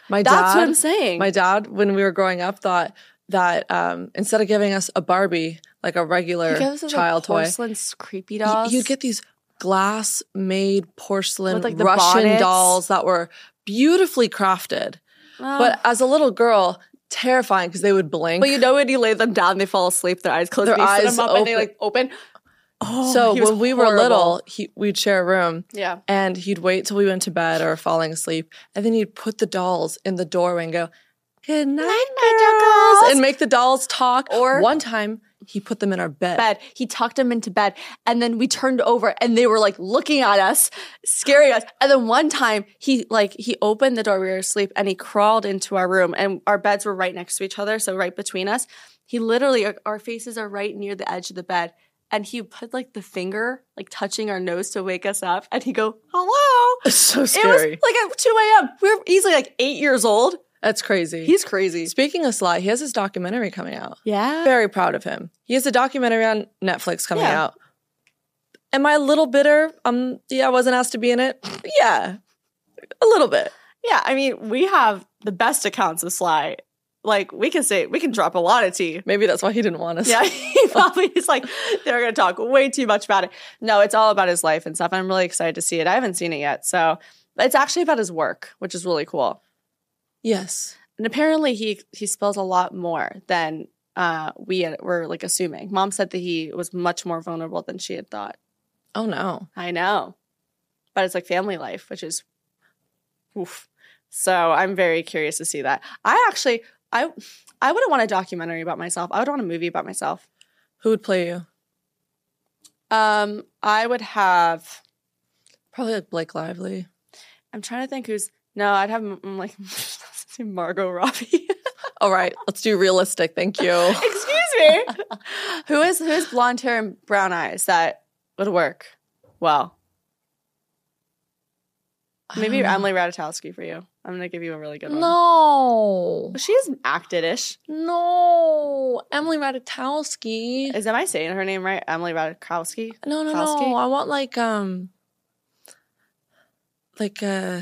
[SPEAKER 8] My
[SPEAKER 7] That's
[SPEAKER 8] dad,
[SPEAKER 7] what I'm saying.
[SPEAKER 8] My dad, when we were growing up, thought that um, instead of giving us a Barbie, like a regular
[SPEAKER 7] He gives us, like,
[SPEAKER 8] child toy,
[SPEAKER 7] porcelain creepy
[SPEAKER 8] y-
[SPEAKER 7] dolls.
[SPEAKER 8] you'd get these glass made porcelain
[SPEAKER 7] With, like, the
[SPEAKER 8] Russian
[SPEAKER 7] bonnets.
[SPEAKER 8] dolls that were beautifully crafted.
[SPEAKER 7] Oh.
[SPEAKER 8] But as a little girl, terrifying because they would blink.
[SPEAKER 7] but you know when you lay them down, they fall asleep. Their eyes closed.
[SPEAKER 8] Their
[SPEAKER 7] and you sit
[SPEAKER 8] eyes
[SPEAKER 7] them up and they
[SPEAKER 8] open.
[SPEAKER 7] like open. Oh,
[SPEAKER 8] so
[SPEAKER 7] he was
[SPEAKER 8] when we were
[SPEAKER 7] horrible.
[SPEAKER 8] little, he, we'd share a room.
[SPEAKER 7] Yeah.
[SPEAKER 8] And he'd wait till we went to bed or falling asleep, and then he'd put the dolls in the doorway and go, "Good night, girls," and make the dolls talk.
[SPEAKER 7] Or-
[SPEAKER 8] one time he put them in our bed.
[SPEAKER 7] bed. He tucked them into bed. And then we turned over and they were like looking at us, scaring us. And then one time he like he opened the door, we were asleep, and he crawled into our room. And our beds were right next to each other, so right between us. He literally our, our faces are right near the edge of the bed. And he put like the finger, like touching our nose to wake us up. And he go, hello.
[SPEAKER 8] It's so
[SPEAKER 7] It was
[SPEAKER 8] scary.
[SPEAKER 7] like at 2 a.m. We were easily like eight years old.
[SPEAKER 8] That's crazy.
[SPEAKER 7] He's crazy.
[SPEAKER 8] Speaking of Sly, he has his documentary coming out.
[SPEAKER 7] Yeah.
[SPEAKER 8] Very proud of him. He has a documentary on Netflix coming
[SPEAKER 7] Yeah.
[SPEAKER 8] out. Am I a little bitter? Um, yeah, I wasn't asked to be in it. Yeah, a little bit.
[SPEAKER 7] Yeah. I mean, we have the best accounts of Sly. Like, we can say, we can drop a lot of tea.
[SPEAKER 8] Maybe that's why he didn't want us.
[SPEAKER 7] Yeah, he probably is like, they're going to talk way too much about it. No, it's all about his life and stuff. I'm really excited to see it. I haven't seen it yet. So it's actually about his work, which is really cool.
[SPEAKER 8] Yes.
[SPEAKER 7] And apparently he he spills a lot more than uh, we had- were like assuming. Mom said that he was much more vulnerable than she had thought.
[SPEAKER 8] Oh no.
[SPEAKER 7] I know. But it's like family life, which is oof. So I'm very curious to see that. I actually I I wouldn't want a documentary about myself. I would want a movie about myself.
[SPEAKER 8] Who would play you?
[SPEAKER 7] Um, I would have.
[SPEAKER 8] Probably like Blake Lively.
[SPEAKER 7] I'm trying to think who's. No, I'd have mm, like Margot Robbie.
[SPEAKER 8] All right, let's do realistic. Thank you.
[SPEAKER 7] Excuse me. who is who is blonde hair and brown eyes that would work well? Maybe
[SPEAKER 8] Um.
[SPEAKER 7] Emily Ratajkowski for you. I'm gonna give you a really good one.
[SPEAKER 8] No,
[SPEAKER 7] She's acted ish.
[SPEAKER 8] no, Emily Ratajkowski.
[SPEAKER 7] Is am I saying her name right? Emily Ratajkowski.
[SPEAKER 8] No, no,
[SPEAKER 7] Kowski?
[SPEAKER 8] no. I want like um, like uh,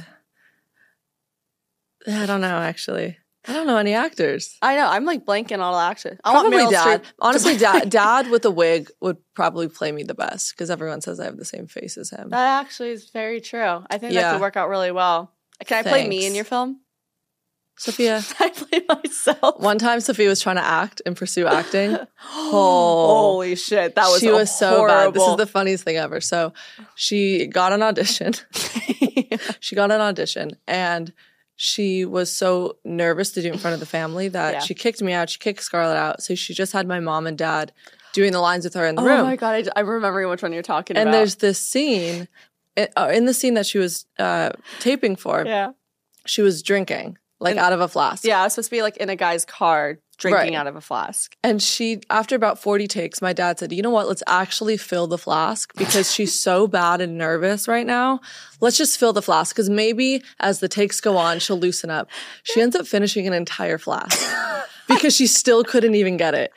[SPEAKER 8] I don't know. Actually, I don't know any actors.
[SPEAKER 7] I know. I'm like blanking all actors. I
[SPEAKER 8] Probably
[SPEAKER 7] want Meryl
[SPEAKER 8] dad.
[SPEAKER 7] Streep to
[SPEAKER 8] Honestly,
[SPEAKER 7] play-
[SPEAKER 8] dad, dad with a wig would probably play me the best because everyone says I have the same face as him.
[SPEAKER 7] That actually is very true. I think that
[SPEAKER 8] Yeah.
[SPEAKER 7] could work out really well. Can I play me
[SPEAKER 8] Thanks.
[SPEAKER 7] in your film?
[SPEAKER 8] Sophia.
[SPEAKER 7] I play myself.
[SPEAKER 8] One time, Sophia was trying to act and pursue acting. Oh,
[SPEAKER 7] Holy shit, that was
[SPEAKER 8] she was so bad. This is
[SPEAKER 7] horrible.
[SPEAKER 8] the funniest thing ever. So, she got an audition. she got an audition, and she was so nervous to do it in front of the family that
[SPEAKER 7] Yeah.
[SPEAKER 8] she kicked me out. She kicked Scarlett out. So she just had my mom and dad doing the lines with her in the
[SPEAKER 7] oh
[SPEAKER 8] room.
[SPEAKER 7] my god, I, I'm remembering which one you're talking
[SPEAKER 8] and
[SPEAKER 7] about.
[SPEAKER 8] there's this scene in uh, in the scene that she was uh, taping for.
[SPEAKER 7] yeah,
[SPEAKER 8] She was drinking like out of a flask.
[SPEAKER 7] yeah, I was supposed to be like in a guy's car drinking
[SPEAKER 8] Right.
[SPEAKER 7] out of a flask.
[SPEAKER 8] And she, after about 40 takes, my dad said, You know what? Let's actually fill the flask because she's so bad and nervous right now. Let's just fill the flask because maybe as the takes go on, she'll loosen up. She ends up finishing an entire flask because she still couldn't even get it.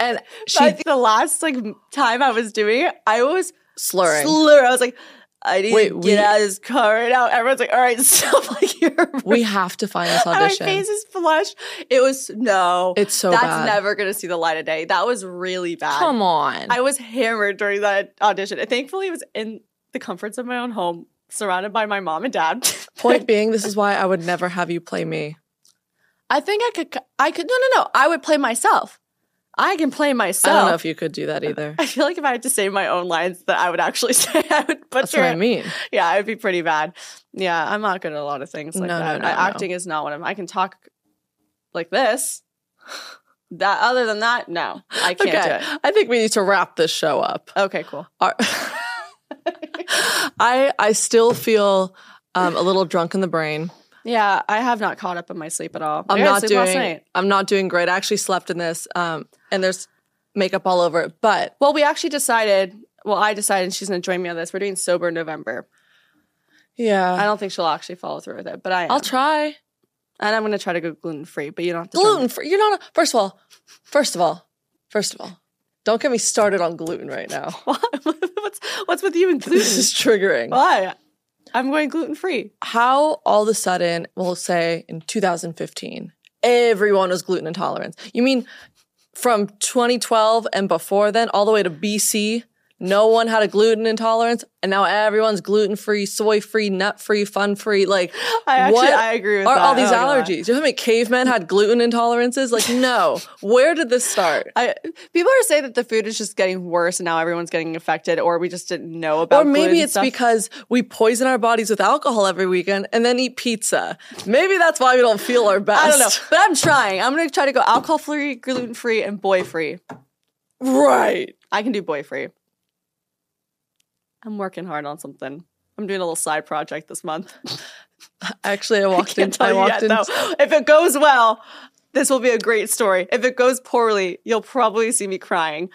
[SPEAKER 8] And she
[SPEAKER 7] But the last like time I was doing it, I was
[SPEAKER 8] slurring.
[SPEAKER 7] slur. I was like, I need
[SPEAKER 8] Wait,
[SPEAKER 7] to get
[SPEAKER 8] we-
[SPEAKER 7] out of this car right now. Everyone's like, all right, stop like you're.
[SPEAKER 8] we have to find this
[SPEAKER 7] And my
[SPEAKER 8] audition.
[SPEAKER 7] face is flushed. It was no.
[SPEAKER 8] It's so
[SPEAKER 7] that's
[SPEAKER 8] bad.
[SPEAKER 7] never gonna see the light of day. That was really bad.
[SPEAKER 8] Come on.
[SPEAKER 7] I was hammered during that audition. And thankfully, it was in the comforts of my own home, surrounded by my mom and dad.
[SPEAKER 8] Point being, this is why I would never have you play me.
[SPEAKER 7] I think I could. I could. No, no, no. I would play myself. I can play
[SPEAKER 8] I
[SPEAKER 7] myself.
[SPEAKER 8] don't know if you could do that either.
[SPEAKER 7] I feel like if I had to say my own lines, that I would actually say I would butcher.
[SPEAKER 8] That's what I
[SPEAKER 7] it.
[SPEAKER 8] mean.
[SPEAKER 7] Yeah, I'd be pretty bad. Yeah, I'm not good at a lot of things like
[SPEAKER 8] No, no,
[SPEAKER 7] that.
[SPEAKER 8] no,
[SPEAKER 7] I-
[SPEAKER 8] no.
[SPEAKER 7] Acting is not what I'm. I can talk like this. That other than that, no, I can't do it.
[SPEAKER 8] I think we need to wrap this show up.
[SPEAKER 7] Okay, cool.
[SPEAKER 8] Our- I I still feel um, a little drunk in the brain.
[SPEAKER 7] Yeah, I have not caught up in my sleep at all.
[SPEAKER 8] I'm
[SPEAKER 7] I didn't
[SPEAKER 8] not
[SPEAKER 7] sleep last
[SPEAKER 8] doing.
[SPEAKER 7] night.
[SPEAKER 8] I'm not doing great. I actually slept in this, um, and there's makeup all over it. But
[SPEAKER 7] Well, we actually decided. Well, I decided and she's going to join me on this. We're doing sober November.
[SPEAKER 8] yeah,
[SPEAKER 7] I don't think she'll actually follow through with it, but I. Am.
[SPEAKER 8] I'll try
[SPEAKER 7] and I'm going to try to go gluten free. But you don't have to.
[SPEAKER 8] gluten free. You're not. A, first of all, first of all, first of all, don't get me started on gluten right now.
[SPEAKER 7] what's what's with you and
[SPEAKER 8] This
[SPEAKER 7] gluten?
[SPEAKER 8] is triggering.
[SPEAKER 7] Why? I'm going gluten free.
[SPEAKER 8] how all of a sudden, we'll say in 2015, everyone was gluten intolerant. You mean from 2012 and before then, all the way to BC, no one had a gluten intolerance, and now everyone's gluten free, soy free, nut free, fun free. Like,
[SPEAKER 7] I actually- I agree with
[SPEAKER 8] are all
[SPEAKER 7] that. Oh,
[SPEAKER 8] these
[SPEAKER 7] I'm not gonna lie.
[SPEAKER 8] allergies? Do you know how many cavemen had gluten intolerances? Like, no. Where did this start?
[SPEAKER 7] I, people are saying that the food is just getting worse and now everyone's getting affected, or we just didn't know about.
[SPEAKER 8] Or maybe
[SPEAKER 7] gluten
[SPEAKER 8] it's
[SPEAKER 7] stuff.
[SPEAKER 8] because we poison our bodies with alcohol every weekend and then eat pizza. Maybe that's why we don't feel our best.
[SPEAKER 7] I don't know. But I'm trying. I'm going to try to go alcohol free, gluten free, and boy free.
[SPEAKER 8] Right.
[SPEAKER 7] I can do boy free. I'm working hard on something. I'm doing a little side project this month.
[SPEAKER 8] Actually, I walked
[SPEAKER 7] Can't
[SPEAKER 8] in. I
[SPEAKER 7] tell you yet,
[SPEAKER 8] walked in.
[SPEAKER 7] though. If it goes well, this will be a great story. If it goes poorly, you'll probably see me crying.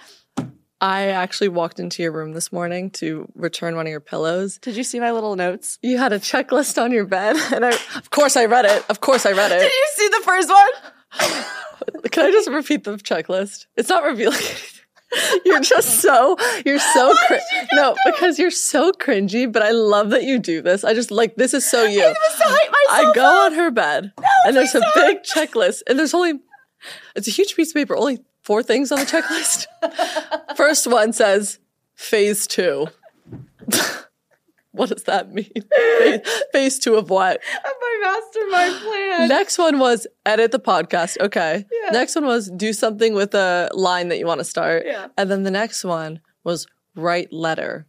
[SPEAKER 8] I actually walked into your room this morning to return one of your pillows.
[SPEAKER 7] Did you see my little notes?
[SPEAKER 8] You had a checklist on your bed, and I, of course, I read it. Of course, I read
[SPEAKER 7] Did
[SPEAKER 8] it.
[SPEAKER 7] you see the first one?
[SPEAKER 8] Can I just repeat the checklist? It's not revealing. anything. You're just so you're so cr- no because you're so cringy. But I love that you do this. I just like this is so you.
[SPEAKER 7] Just to hype
[SPEAKER 8] I
[SPEAKER 7] myself
[SPEAKER 8] go
[SPEAKER 7] up.
[SPEAKER 8] on her bed, and there's a big checklist, and there's only it's a huge piece of paper, only four things on the checklist. First one says phase two. what does that mean? Phase, phase two of what?
[SPEAKER 7] my mastermind plan.
[SPEAKER 8] Next one was edit the podcast. Okay. Next one was do something with a line that you want to start.
[SPEAKER 7] Yeah.
[SPEAKER 8] And then the next one was write letter.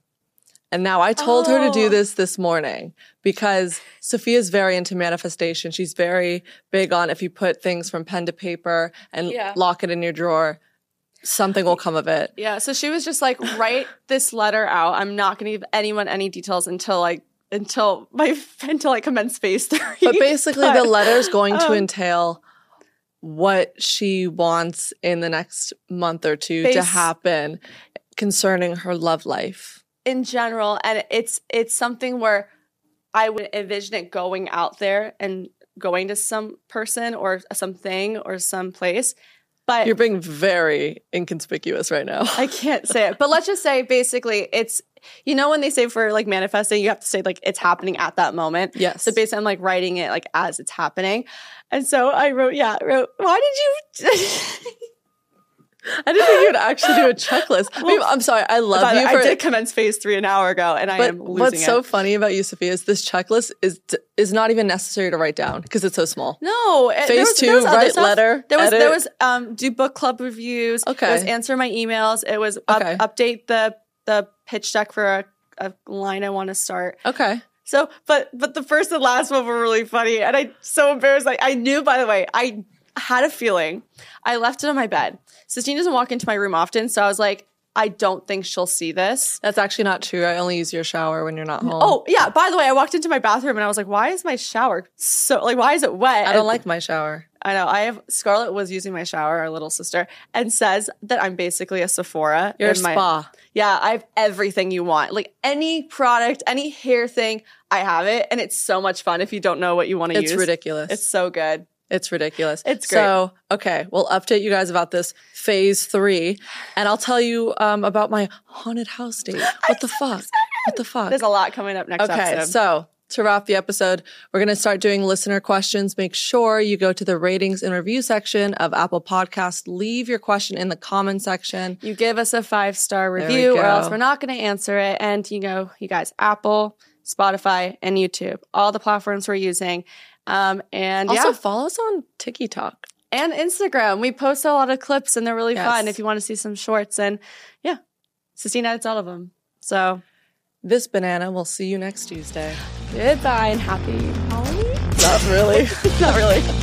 [SPEAKER 8] And now I told her to do
[SPEAKER 7] Oh.
[SPEAKER 8] this this morning because Sophia's very into manifestation. She's very big on if you put things from pen to paper and
[SPEAKER 7] Yeah.
[SPEAKER 8] lock it in your drawer, something will come of it.
[SPEAKER 7] Yeah, so she was just like, write this letter out. I'm not going to give anyone any details until I until my until I commence phase three.
[SPEAKER 8] But basically, the letter is going to
[SPEAKER 7] um,
[SPEAKER 8] entail what she wants in the next month or two to
[SPEAKER 7] Base-
[SPEAKER 8] happen concerning her love life.
[SPEAKER 7] in general, and it's it's something where I would envision it going out there and going to some person or something or some place. But
[SPEAKER 8] You're being very inconspicuous right now.
[SPEAKER 7] I can't say it, but let's just say basically it's you know when they say for like manifesting, you have to say like it's happening at that moment.
[SPEAKER 8] Yes.
[SPEAKER 7] So basically, I'm like writing it like as it's happening, and so I wrote, yeah, I wrote. Why did you?
[SPEAKER 8] I didn't think you would actually do a checklist. I mean, I'm sorry. I love
[SPEAKER 7] By the
[SPEAKER 8] you
[SPEAKER 7] way,
[SPEAKER 8] for
[SPEAKER 7] I did commence phase three an hour ago, and I
[SPEAKER 8] But
[SPEAKER 7] am losing
[SPEAKER 8] what's
[SPEAKER 7] it.
[SPEAKER 8] so funny about you, Sophia, is this checklist is is not even necessary to write down because it's so small.
[SPEAKER 7] no, it-
[SPEAKER 8] Phase
[SPEAKER 7] there was, there
[SPEAKER 8] two,
[SPEAKER 7] was other
[SPEAKER 8] write
[SPEAKER 7] stuff.
[SPEAKER 8] letter,
[SPEAKER 7] There was there
[SPEAKER 8] edit.
[SPEAKER 7] was um do book club reviews.
[SPEAKER 8] Okay.
[SPEAKER 7] It was answer my emails. It was up,
[SPEAKER 8] Okay.
[SPEAKER 7] update the the pitch deck for a, a line I want to start.
[SPEAKER 8] Okay.
[SPEAKER 7] So, but but the first and last one were really funny, and I so embarrassed. Like I knew, by the way, I had a feeling. I left it on my bed. Sistine doesn't walk into my room often, so I was like, I don't think she'll see this.
[SPEAKER 8] That's actually not true. I only use your shower when you're not home.
[SPEAKER 7] Oh yeah. By the way, I walked into my bathroom and I was like, why is my shower so like why is it wet?
[SPEAKER 8] I don't like my shower.
[SPEAKER 7] I know. I have Scarlett was using my shower, our little sister, and says that I'm basically a Sephora.
[SPEAKER 8] Your
[SPEAKER 7] in my-
[SPEAKER 8] spa.
[SPEAKER 7] Yeah, I have everything you want. Like any product, any hair thing, I have it. And it's so much fun if you don't know what you want to use.
[SPEAKER 8] It's ridiculous.
[SPEAKER 7] It's so good.
[SPEAKER 8] It's ridiculous.
[SPEAKER 7] It's
[SPEAKER 8] So, okay, we'll update you guys about this phase three, and I'll tell you um, about my haunted house date. What the fuck? What the fuck?
[SPEAKER 7] There's a lot coming up next
[SPEAKER 8] okay,
[SPEAKER 7] episode.
[SPEAKER 8] so to wrap the episode, we're going to start doing listener questions. Make sure you go to the ratings and review section of Apple Podcasts. Leave your question in the comment section.
[SPEAKER 7] You give us a five star
[SPEAKER 8] we
[SPEAKER 7] review,
[SPEAKER 8] go.
[SPEAKER 7] or else we're not going to answer it. And you know, you guys, Apple, Spotify, and YouTube, all the platforms we're using. Um, and
[SPEAKER 8] Also,
[SPEAKER 7] yeah,
[SPEAKER 8] follow us on TikTok.
[SPEAKER 7] and Instagram. We post a lot of clips, and they're really
[SPEAKER 8] Yes.
[SPEAKER 7] fun. If you want to see some shorts, and yeah, Sistine edits all of them. So
[SPEAKER 8] This banana. We'll see you next Tuesday.
[SPEAKER 7] goodbye and happy Halloween.
[SPEAKER 8] Not really.
[SPEAKER 7] Not really.